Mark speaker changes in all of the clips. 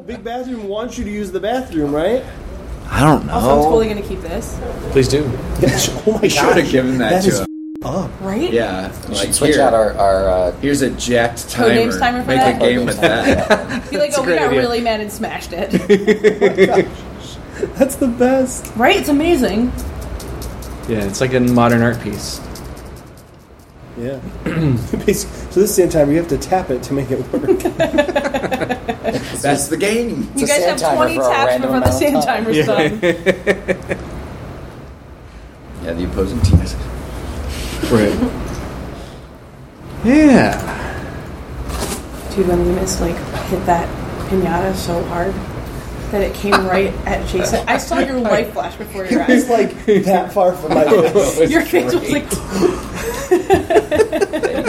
Speaker 1: Big bathroom wants you to use the bathroom, right?
Speaker 2: I don't
Speaker 3: Also, I'm totally
Speaker 2: know.
Speaker 3: gonna keep this,
Speaker 4: Please do.
Speaker 2: Oh my
Speaker 5: Should have given that,
Speaker 2: That
Speaker 5: to
Speaker 2: is
Speaker 5: him.
Speaker 2: up.
Speaker 3: right?
Speaker 5: Yeah,
Speaker 2: We
Speaker 5: like
Speaker 2: should switch
Speaker 5: here,
Speaker 2: out our, our uh,
Speaker 5: Here's a jacked timer.
Speaker 3: Codenames timer for
Speaker 5: Make
Speaker 3: that?
Speaker 5: a game with that.
Speaker 3: Be like,
Speaker 4: That's
Speaker 3: oh,
Speaker 4: a
Speaker 3: we
Speaker 4: great
Speaker 3: got
Speaker 4: idea.
Speaker 3: really mad and smashed it.
Speaker 2: that's the best.
Speaker 3: right? It's amazing.
Speaker 4: Yeah, it's like a modern art piece.
Speaker 1: Yeah. Basi- so this sand timer, you have to tap it to make it work.
Speaker 5: That's the game.
Speaker 3: you
Speaker 2: a
Speaker 3: guys
Speaker 2: sand
Speaker 3: have
Speaker 2: timer
Speaker 3: 20
Speaker 2: for a
Speaker 3: taps
Speaker 2: random
Speaker 3: before the sand
Speaker 2: amount of time.
Speaker 3: timer's done.
Speaker 5: Yeah, the opposing team is.
Speaker 4: Right. Yeah.
Speaker 3: Dude, when Loomis like hit that pinata so hard that it came right at Jason, I saw your life flash before your
Speaker 1: it's
Speaker 3: eyes.
Speaker 1: like that far from my face.
Speaker 3: Your face was like,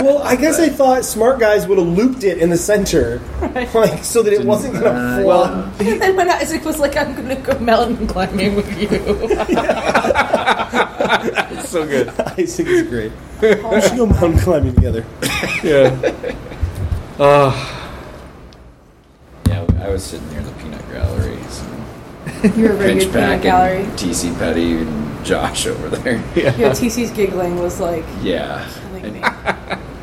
Speaker 1: Well, I guess I thought smart guys would have looped it in the center, like so that it wasn't going to
Speaker 5: Uh,
Speaker 1: fall.
Speaker 5: well,
Speaker 3: and then when Isaac was like, "I'm gonna go mountain climbing with you,"
Speaker 4: It's so good.
Speaker 1: Isaac is great. we should go mountain climbing together.
Speaker 4: Yeah. Uh,
Speaker 5: yeah, I was sitting near the peanut gallery. So
Speaker 3: you were very
Speaker 5: Pinch
Speaker 3: good peanut
Speaker 5: back
Speaker 3: gallery.
Speaker 5: and TC Petty and Josh over there.
Speaker 3: Your TC's giggling was like,
Speaker 5: Yeah.
Speaker 3: like
Speaker 5: And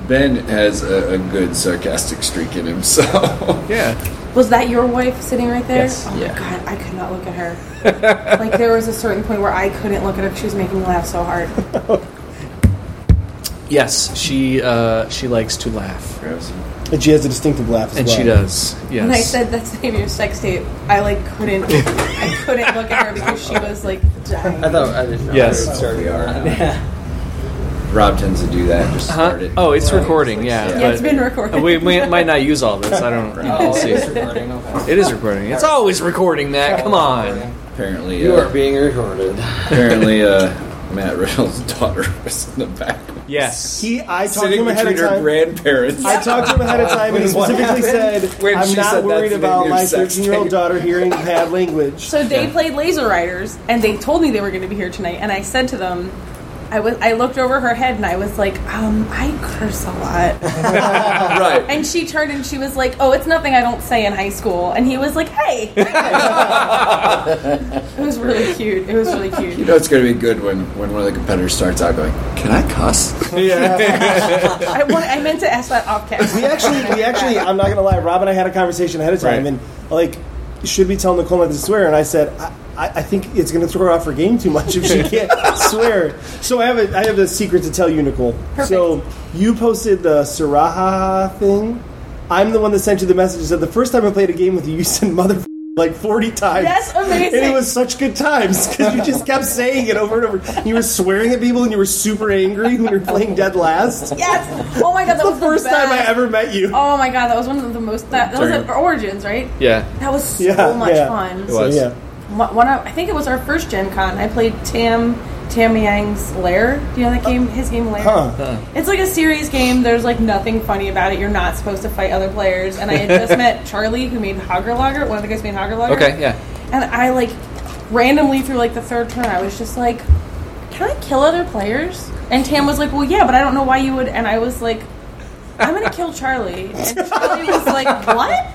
Speaker 5: Ben has a, a good sarcastic streak in him, so.
Speaker 4: yeah.
Speaker 3: was that your wife sitting right there?
Speaker 4: Yes.
Speaker 3: Oh
Speaker 5: Yeah.
Speaker 3: my god, I could not look at her. like there was a certain point where I couldn't look at her. 'cause She was making me laugh so hard.
Speaker 4: Yes, she uh, she likes to laugh,
Speaker 5: Gross.
Speaker 1: And she has a distinctive laugh as
Speaker 4: and
Speaker 1: well.
Speaker 4: she does. Yes.
Speaker 3: When I said that's the name of your sex tape, I like couldn't, I couldn't look at her because she was like dying.
Speaker 5: I thought
Speaker 6: Oh,
Speaker 5: I didn't know
Speaker 4: Yes.
Speaker 5: it was already are. Rob tends to do that. Just
Speaker 4: Huh?
Speaker 5: start it.
Speaker 4: Oh, it's recording. Yeah,
Speaker 5: Yeah,
Speaker 3: Yeah, it's
Speaker 4: but
Speaker 3: been recorded.
Speaker 4: We, we might not use all this. I don't. you
Speaker 6: Oh,
Speaker 4: can see it.
Speaker 7: recording. Okay.
Speaker 4: it is recording. It's always recording. That. Come on.
Speaker 5: Apparently,
Speaker 7: You
Speaker 5: uh,
Speaker 7: are being recorded.
Speaker 5: apparently uh, Matt Riddle's daughter was in the back.
Speaker 4: Yes.
Speaker 1: He, I talked to
Speaker 5: Sitting
Speaker 1: him ahead of
Speaker 5: between her
Speaker 1: time.
Speaker 5: grandparents.
Speaker 1: I talked to him ahead of time, and he
Speaker 5: When what
Speaker 1: specifically
Speaker 5: happened?
Speaker 1: said,
Speaker 5: When
Speaker 1: "I'm
Speaker 5: she
Speaker 1: not
Speaker 5: said that's
Speaker 1: worried
Speaker 5: the
Speaker 1: about
Speaker 5: name of
Speaker 1: my
Speaker 5: your sex
Speaker 1: 13 year old
Speaker 5: tape.
Speaker 1: daughter hearing bad language."
Speaker 3: So they played Laser Riders, and they told me they were going to be here tonight. And I said to them, I was, I looked over her head, and I was like, um, I curse a lot.
Speaker 5: right.
Speaker 3: and she turned and she was like, Oh, it's nothing I don't say in high school. And he was like, Hey. it was really cute. It was really
Speaker 5: You
Speaker 3: cute.
Speaker 5: know it's going to be good when, when one of the competitors starts out going, "Can I cuss?"
Speaker 3: I, wa- I meant to ask that off
Speaker 1: we
Speaker 3: camera.
Speaker 1: actually, we actually, I'm not gonna lie. Rob and I had a conversation ahead of time,
Speaker 4: Right.
Speaker 1: and like, should we tell Nicole not to swear? And I said, I, I, I think it's gonna throw her off her game too much if she can't swear. So I have a, I have a secret to tell you, Nicole. So you posted the Saraha thing. I'm the one that sent you the message. that said the first time I played a game with you, you said mother like 40 times.
Speaker 3: That's amazing.
Speaker 1: And it was such good times because you just kept saying it over and over. You were swearing at people, and you were super angry when you were playing Dead Last.
Speaker 3: Yes. Oh my god, that
Speaker 1: The
Speaker 3: was
Speaker 1: first time I
Speaker 3: best.
Speaker 1: ever met you.
Speaker 3: Oh my god, that was one of the most. That, that was
Speaker 5: Turn.
Speaker 3: at Origins, right?
Speaker 4: Yeah.
Speaker 3: That was so
Speaker 1: Yeah,
Speaker 3: much
Speaker 1: yeah.
Speaker 3: fun.
Speaker 4: It was.
Speaker 1: So, yeah.
Speaker 3: One, one of- I think it was our first Gen Con. I played Tam Tam Yang's Lair. Do you know that game? His game Lair.
Speaker 1: Huh.
Speaker 3: It's like a serious game. There's like nothing funny about it. You're not supposed to fight other players. And I had just met Charlie, who made Lager. One of the guys made Lager.
Speaker 4: Okay. Yeah.
Speaker 3: And I like randomly through like the third turn, I was just like, "Can I kill other players?" And Tam was like, "Well, yeah, but I don't know why you would." And I was like, "I'm gonna kill Charlie." And Charlie was like, "What?"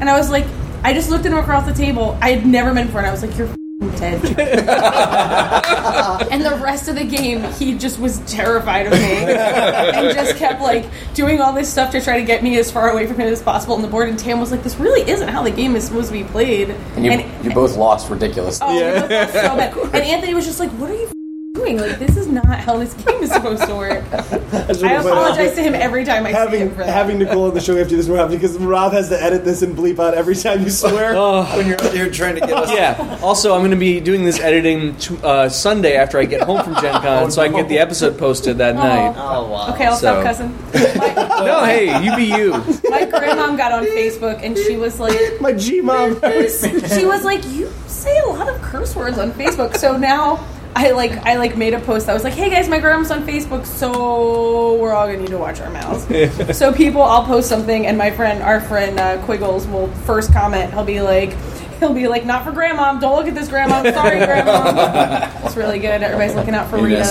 Speaker 3: And I was like, I just looked at him across the table. I had never met him before, and I was like, "You're." f***ing Dead. Charlie." and the rest of the game, he just was terrified of me and just kept like doing all this stuff to try to get me as far away from him as possible on the board. And Tam was like, "This really isn't how the game is supposed to be played."
Speaker 2: And you, you both lost ridiculous.
Speaker 3: Oh, it was so bad. And Anthony was just like, "What are you f***ing doing? Like, this is not how this game is supposed to work." I apologize to him every time I see him
Speaker 1: Having
Speaker 3: for that.
Speaker 1: having Nicole on the show after this, Rob, because Rob has to edit this and bleep out every time you swear.
Speaker 4: Oh.
Speaker 5: when you're out here trying to get us,
Speaker 4: Yeah. Also, I'm going to be doing this editing t- uh, Sunday after I get home from Gen Con, so I can get the episode posted that night.
Speaker 7: Oh wow.
Speaker 3: okay, I'll stop
Speaker 4: So-
Speaker 3: cussing. My,
Speaker 4: No, hey, you be you.
Speaker 3: my grandmom got on Facebook and she was like,
Speaker 1: My G mom.
Speaker 3: she was like, "You say a lot of curse words on Facebook." So now I like I like made a post. that was like, "Hey guys, my grandma's on Facebook, so we're all gonna need to watch our mouths." so people, I'll post something, and my friend, our friend uh, Quiggles, will first comment. He'll be like. He'll be like, not for grandma. Don't look at this grandma. Sorry, grandma. it's really good. Everybody's looking
Speaker 5: uh,
Speaker 3: out for Rita.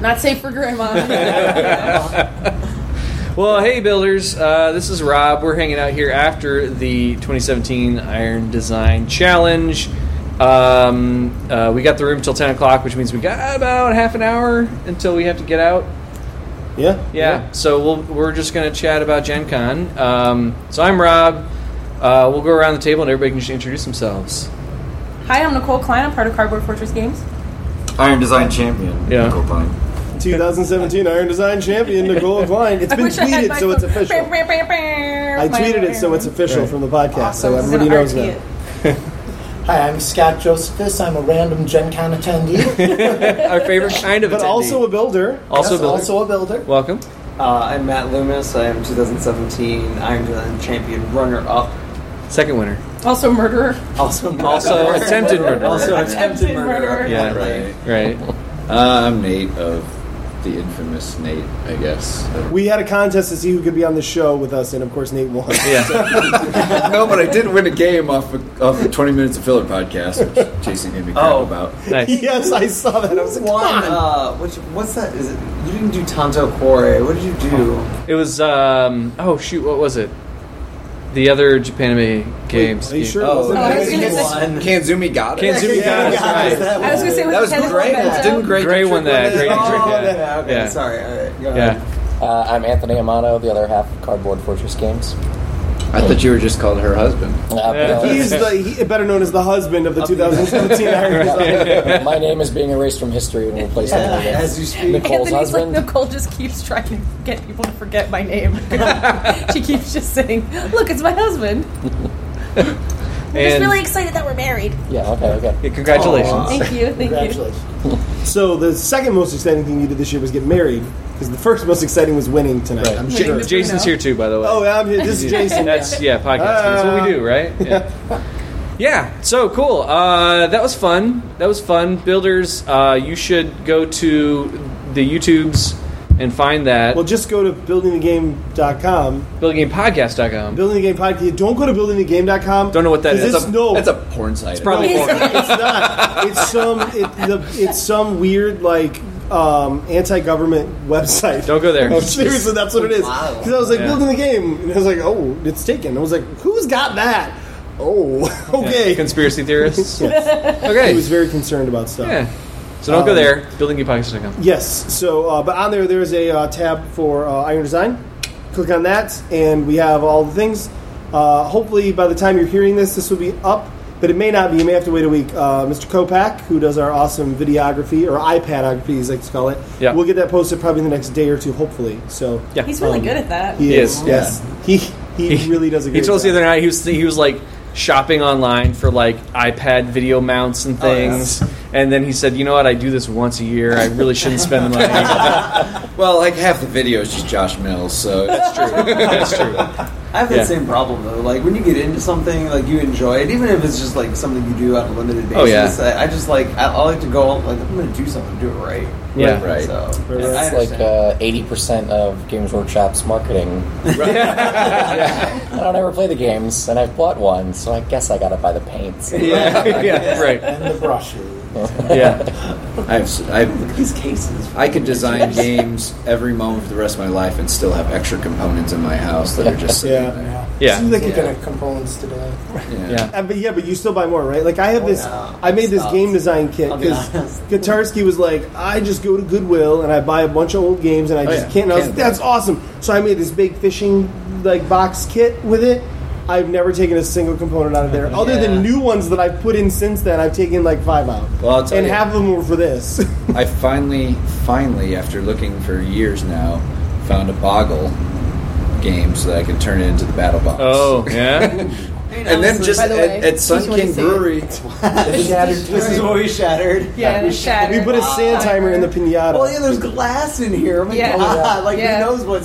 Speaker 3: Not safe for grandma.
Speaker 4: Well, hey, builders. Uh, this is Rob. We're hanging out here after the 2017 Iron Design Challenge. Um, uh, we got the room till 10 o'clock, which means we got about half an hour until we have to get out.
Speaker 1: Yeah.
Speaker 4: Yeah. So we'll, we're just going to chat about Gen Con. Um, so I'm Rob. Uh, we'll go around the table and everybody can just introduce themselves.
Speaker 3: Hi, I'm Nicole Klein. I'm part of Cardboard Fortress Games.
Speaker 5: Iron Design Champion.
Speaker 4: Yeah.
Speaker 5: Nicole Pine.
Speaker 1: 2017 Iron Design Champion Nicole Klein. It's
Speaker 3: I
Speaker 1: been
Speaker 3: wish I had
Speaker 1: tweeted,
Speaker 3: my
Speaker 1: so it's
Speaker 3: phone.
Speaker 1: official.
Speaker 3: Bam, bam, bam,
Speaker 1: I
Speaker 3: bam.
Speaker 1: tweeted it, so it's official
Speaker 4: Right.
Speaker 1: from the podcast, so
Speaker 3: This is an
Speaker 1: everybody knows
Speaker 3: RT.
Speaker 1: that.
Speaker 7: Hi, I'm Scott Josephus. I'm a random Gen Con attendee.
Speaker 4: Our favorite kind of
Speaker 1: But
Speaker 4: attendee.
Speaker 1: also a builder.
Speaker 4: also,
Speaker 7: Yes,
Speaker 4: builder.
Speaker 7: also a builder.
Speaker 4: welcome.
Speaker 6: Uh, I'm Matt Loomis. I am 2017 Iron Man Champion runner-up.
Speaker 4: Second winner.
Speaker 3: Also, murderer.
Speaker 6: Also,
Speaker 4: Also attempted murder.
Speaker 6: Also
Speaker 3: Attempted
Speaker 6: attempted
Speaker 3: murderer.
Speaker 6: murderer.
Speaker 4: Yeah.
Speaker 5: Right.
Speaker 4: Right.
Speaker 5: Uh, I'm Nate of the infamous Nate, I guess.
Speaker 1: We had a contest to see who could be on the show with us, and of course, Nate won.
Speaker 4: Yeah.
Speaker 5: no, but I did win a game off of, off the 20 Minutes of Filler podcast, which Jason gave me crap
Speaker 6: Oh.
Speaker 5: about.
Speaker 4: nice.
Speaker 1: yes, I saw that. I was like,
Speaker 6: One, uh, which, what's that? Is it, you didn't do Tonto Quarry. What did you do?
Speaker 4: It was um oh shoot, what was it? The other Japanime games.
Speaker 1: are you sure?
Speaker 5: Oh,
Speaker 1: wasn't
Speaker 3: Oh, I was
Speaker 1: Nate?
Speaker 3: gonna say-
Speaker 6: One.
Speaker 5: Kanzumi got it.
Speaker 4: Kanzumi
Speaker 1: Yeah,
Speaker 4: got it,
Speaker 1: yeah,
Speaker 4: right.
Speaker 1: that
Speaker 3: I was going to say,
Speaker 5: That was
Speaker 3: the
Speaker 5: great.
Speaker 3: Benzo.
Speaker 5: Didn't great.
Speaker 4: Gray
Speaker 5: Trick
Speaker 4: won that.
Speaker 5: win
Speaker 4: Great
Speaker 5: that.
Speaker 4: trick,
Speaker 6: Oh,
Speaker 4: yeah.
Speaker 6: okay, okay,
Speaker 4: Yeah.
Speaker 6: sorry. All right, go ahead.
Speaker 4: Yeah.
Speaker 2: Uh, I'm Anthony Amato, the other half of Cardboard Fortress Games.
Speaker 5: I thought you were just called her husband.
Speaker 2: Uh,
Speaker 4: Yeah.
Speaker 2: no,
Speaker 1: He's the, he, better known as the husband of the 2017 Iron Design.
Speaker 2: my name is being erased from history and replaced
Speaker 6: Yeah,
Speaker 2: with
Speaker 6: as you speak.
Speaker 2: Nicole's
Speaker 3: Anthony's
Speaker 2: husband.
Speaker 3: like Nicole just keeps trying to get people to forget my name. she keeps just saying, "Look, it's my husband." We're just
Speaker 4: And-
Speaker 3: really excited that we're married.
Speaker 2: yeah, okay, okay.
Speaker 4: Yeah, Congratulations.
Speaker 5: Aw.
Speaker 3: Thank you, thank you.
Speaker 7: Congratulations.
Speaker 1: So the second most exciting thing you did this year was get married, because the first most exciting was winning tonight. I'm
Speaker 4: Ja-
Speaker 1: sure.
Speaker 4: Jason's here too, by the way.
Speaker 1: Oh, yeah, I'm here. Uh, This is Jason.
Speaker 4: That's yeah, podcast. That's what we do, right? Yeah. yeah. So cool. Uh, that was fun. That was fun. Builders, uh, you should go to the YouTubes and find that.
Speaker 1: Well, just go to buildingthegame.com.
Speaker 4: BuildingGamePodcast.com.
Speaker 1: Building the Game Podcast. Don't go to buildingthegame.com.
Speaker 4: Don't know what that
Speaker 1: 'cause
Speaker 4: is.
Speaker 1: It's,
Speaker 4: That's
Speaker 1: no,
Speaker 5: That's a porn site. It's
Speaker 4: probably-
Speaker 1: it's not. It's some. It, the, it's some weird like um, anti-government website.
Speaker 4: Don't go there.
Speaker 1: No, seriously, that's what it is.
Speaker 6: Wow.
Speaker 1: Because I was like
Speaker 4: Yeah.
Speaker 1: building the game, and I was like, oh, it's taken. I was like, who's got that? Oh, okay.
Speaker 4: Conspiracy theorists.
Speaker 1: He was
Speaker 4: Okay.
Speaker 1: very concerned about stuff.
Speaker 4: Yeah. So don't
Speaker 1: Um,
Speaker 4: go there. BuildingGamePodcast.com.
Speaker 1: Yes. So, uh, but on there, there's a uh, tab for uh, Iron Design. Click on that, and we have all the things. Uh, hopefully, by the time you're hearing this, this will be up, but it may not be. You may have to wait a week. Uh, Mr. Kopak, who does our awesome videography or iPadography, as I like to call it,
Speaker 4: Yeah.
Speaker 1: we'll get that posted probably in the next day or two, hopefully. So,
Speaker 4: Yeah.
Speaker 3: He's really
Speaker 1: Um,
Speaker 3: good at that.
Speaker 1: he,
Speaker 4: He
Speaker 1: is.
Speaker 4: is,
Speaker 1: Yes, he he really does a good.
Speaker 4: He told us the
Speaker 1: job.
Speaker 4: other night he was he was like shopping online for like iPad video mounts
Speaker 1: Oh,
Speaker 4: and things, and then he said, "You know what? I do this once a year. I really shouldn't spend the money."
Speaker 5: Well, like half the video is just Josh Mills, so that's true.
Speaker 4: That's true.
Speaker 6: I have that
Speaker 4: Yeah.
Speaker 6: same problem though. Like when you get into something, like you enjoy it, even if it's just like something you do on a limited basis.
Speaker 4: Oh, yeah.
Speaker 6: I, I just like I, I like to go on, like I'm going to do something, do it right.
Speaker 4: Yeah.
Speaker 5: Right.
Speaker 6: So
Speaker 1: Right.
Speaker 6: yeah, I
Speaker 2: It's like
Speaker 6: understand.
Speaker 2: uh, 80% of Games Workshop's marketing. I don't ever play the games, and I've bought one, so I guess I gotta buy the paints.
Speaker 4: Yeah. yeah. Right.
Speaker 7: And the brushes.
Speaker 4: Yeah.
Speaker 5: I have, I have
Speaker 6: these cases.
Speaker 5: I could design games every moment for the rest of my life and still have extra components in my house that are just sitting
Speaker 1: Yeah.
Speaker 5: there.
Speaker 7: Seems
Speaker 4: Yeah.
Speaker 7: like you're gonna components today.
Speaker 4: Yeah.
Speaker 1: Uh, but yeah, but you still buy more, right? Like I have this,
Speaker 6: yeah.
Speaker 1: I made this
Speaker 6: Sucks.
Speaker 1: game design kit
Speaker 6: I'll be
Speaker 1: because
Speaker 6: honest.
Speaker 1: Guitarski was like, I just go to Goodwill and I buy a bunch of old games and I just
Speaker 5: yeah.
Speaker 1: can't. And I was like,
Speaker 5: Can't.
Speaker 1: that's awesome. So I made this big fishing like box kit with it. I've never taken a single component out of there, other
Speaker 6: Yeah.
Speaker 1: than new ones that I've put in since then. I've taken like five out,
Speaker 5: Well, I'll tell
Speaker 1: and
Speaker 5: you.
Speaker 1: half of them were for this.
Speaker 5: I finally, finally, after looking for years now, found a Boggle game so that I can turn it into the Battle Box.
Speaker 4: Oh yeah.
Speaker 5: And then just
Speaker 3: By
Speaker 5: at,
Speaker 3: the way,
Speaker 5: at
Speaker 3: this is
Speaker 5: Sun
Speaker 3: what he
Speaker 5: King
Speaker 3: said.
Speaker 5: Brewery,
Speaker 6: this is what we shattered.
Speaker 3: Yeah, and it's shattered.
Speaker 1: we put a sand timer in the pinata.
Speaker 6: Well, yeah, there's glass in here. Oh my
Speaker 3: Yeah.
Speaker 6: god! Like
Speaker 3: Yeah.
Speaker 6: who knows what